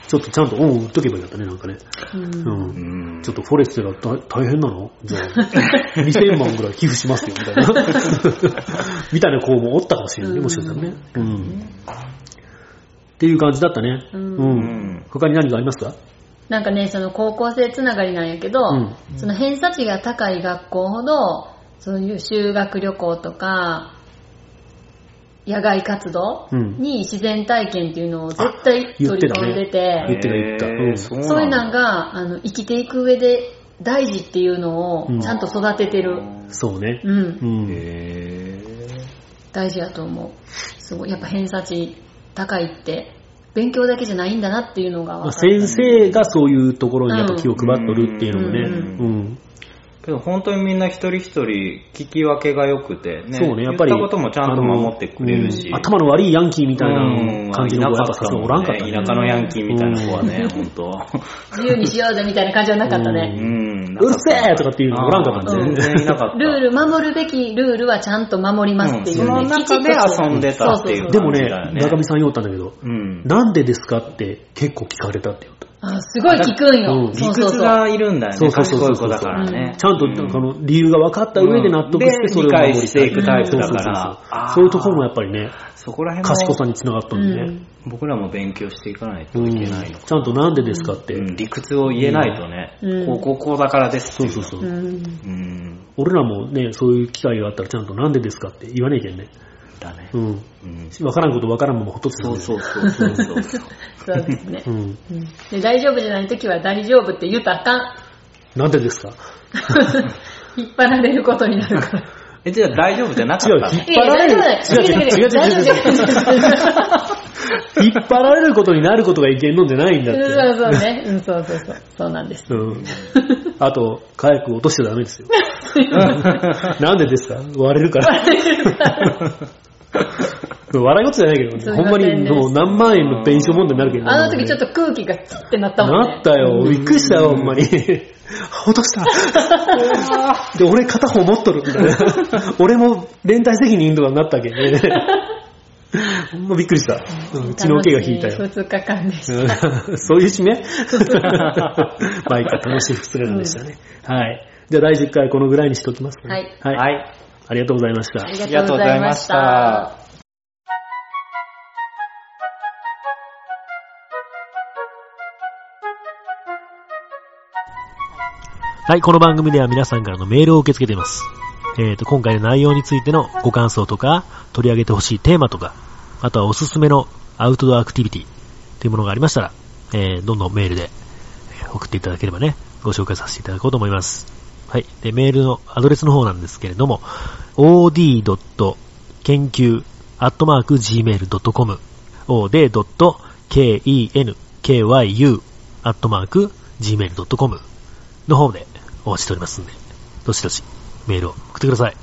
ちょっとちゃんとオンを打っとけばよかったね、なんかね。うん。
うん
ちょっとフォレステラ大大変なのじゃあ、2000万ぐらい寄付しますよ、みたいな。みたいな子もおったかもしれないね、もしかしたらね。うん。っていう感じだったね。う
う
んん。他に何がありますか
なんかね、その高校生つながりなんやけど、
うん
その偏差値が高い学校ほど、そういう修学旅行とか、野外活動
うん
に自然体験っていうのを絶対
言
取
って
り
た
込ん
ね
でて、
言ってた言った
へー
うん
そう
そういう
な
の
んだ。
があの生きていく上で大事っていうのを
うん
ちゃんと育ててる。
そうね。
うん、
うん。
へ
大事やと思う。すごい、やっぱ偏差値高いって、勉強だけじゃないんだなっていうのが
まあ
分かる。
先生がそういうところにやっぱ気を配っとるっていうのもね。
う
う
ー
ん。
けど本当にみんな一人一人聞き分けが良くて、ね、
そうね、やっぱり。
言ったこともちゃんと守ってくれる
あ
し。
のうん頭の悪いヤンキーみたい
うん
な感じの子はやっぱさすがおらんかった
い
ね
な。かったね田舎のヤンキーみたいな子はね、本当。
自由にしようぜみたいな感じはなかったね。
う
うん
うるせえとかっていうのおらんかった
全
ね
然いなかった。
ルール、守るべきルールはちゃんと守りますっていう、
うんその中で遊んでたっていう
そ
で
そ
感
もね
じだよ、ね
中見さん言おったんだけど、
うん。
なんでですかって結構聞かれたって言った。
そうあすごい聞くんよ。
うん
理
そうそう
屈
そう。
がいるんだよ
そう
ね。
そうそう
賢
そう
い子だからね。
ちゃんと、
うん
あの、理由が分かった上で納得して、
で
それを守り
理解していくタイプだから
そうそうそうそう
あー
そういうところもやっぱりね、
そこら辺も
賢さにつながったんでね。
僕らも勉強していかないと
うん
いけ
ち
ないのか。
ゃんとなんでですかって。
うん理屈を言えないとね、
うん
こうこうこうだからです
そ
っ
う
てい
そうう
の。
そう。
うん
うん。
俺らもね、そういう機会があったらちゃんとなんでですかって言わねえけんね。
だね
う。ん。
うん。
分からんこと分からんままほっとつ
そうそうそうそうそうそう。
そうですね
う。ん。
うんで大丈夫じゃないときは大丈夫って言うとあかん。
なんでですか
引っ張られることになるから。
え、じゃあ大丈夫じゃなか
違う、
った
引
の
っ張られる。
いや大丈夫だよ
違う違う違う違う違う引っ張られることになることがいけんのじゃないんだっ
うん
て。
そうそうね。うん、そうそうそう。そうなんです。
うん。あと、火薬落としちゃダメですよ。 なんでですか割れる から。笑い事じゃないけど、
すいませ
ほ
ん
んまにもう何万円の弁償問題になるけど、
あの時ちょっ
と、
と空気がツッてなったもんね。
なったよ。びっくりしたよ、ほん まに。落とした。で、俺片方持っとるみたい な。俺も連帯責任とかになったけんね。ほんまびっくりした。うん血の気が引いたよ。
2日間でした。
うんそういう締 めまあいいか、楽しい2日間でしたね。はい。じゃあ第10回このぐらいにしておきますね。
はい
はい。ありがとうございました
あ。りがとうございました。
はい、この番組では皆さんからのメールを受け付けています。えっ、と、今回の内容についてのご感想とか、取り上げてほしいテーマとか、あとはおすすめのアウトドアアクティビティというものがありましたら、えーどんどんメールでえー送っていただければね、ご紹介させていただこうと思います。はい。で、メールのアドレスの方なんですけれども、od. 研究 .gmail.com od.kenkyuu .gmail.com の方でお待ちしておりますんで、どしどしメールを送ってください。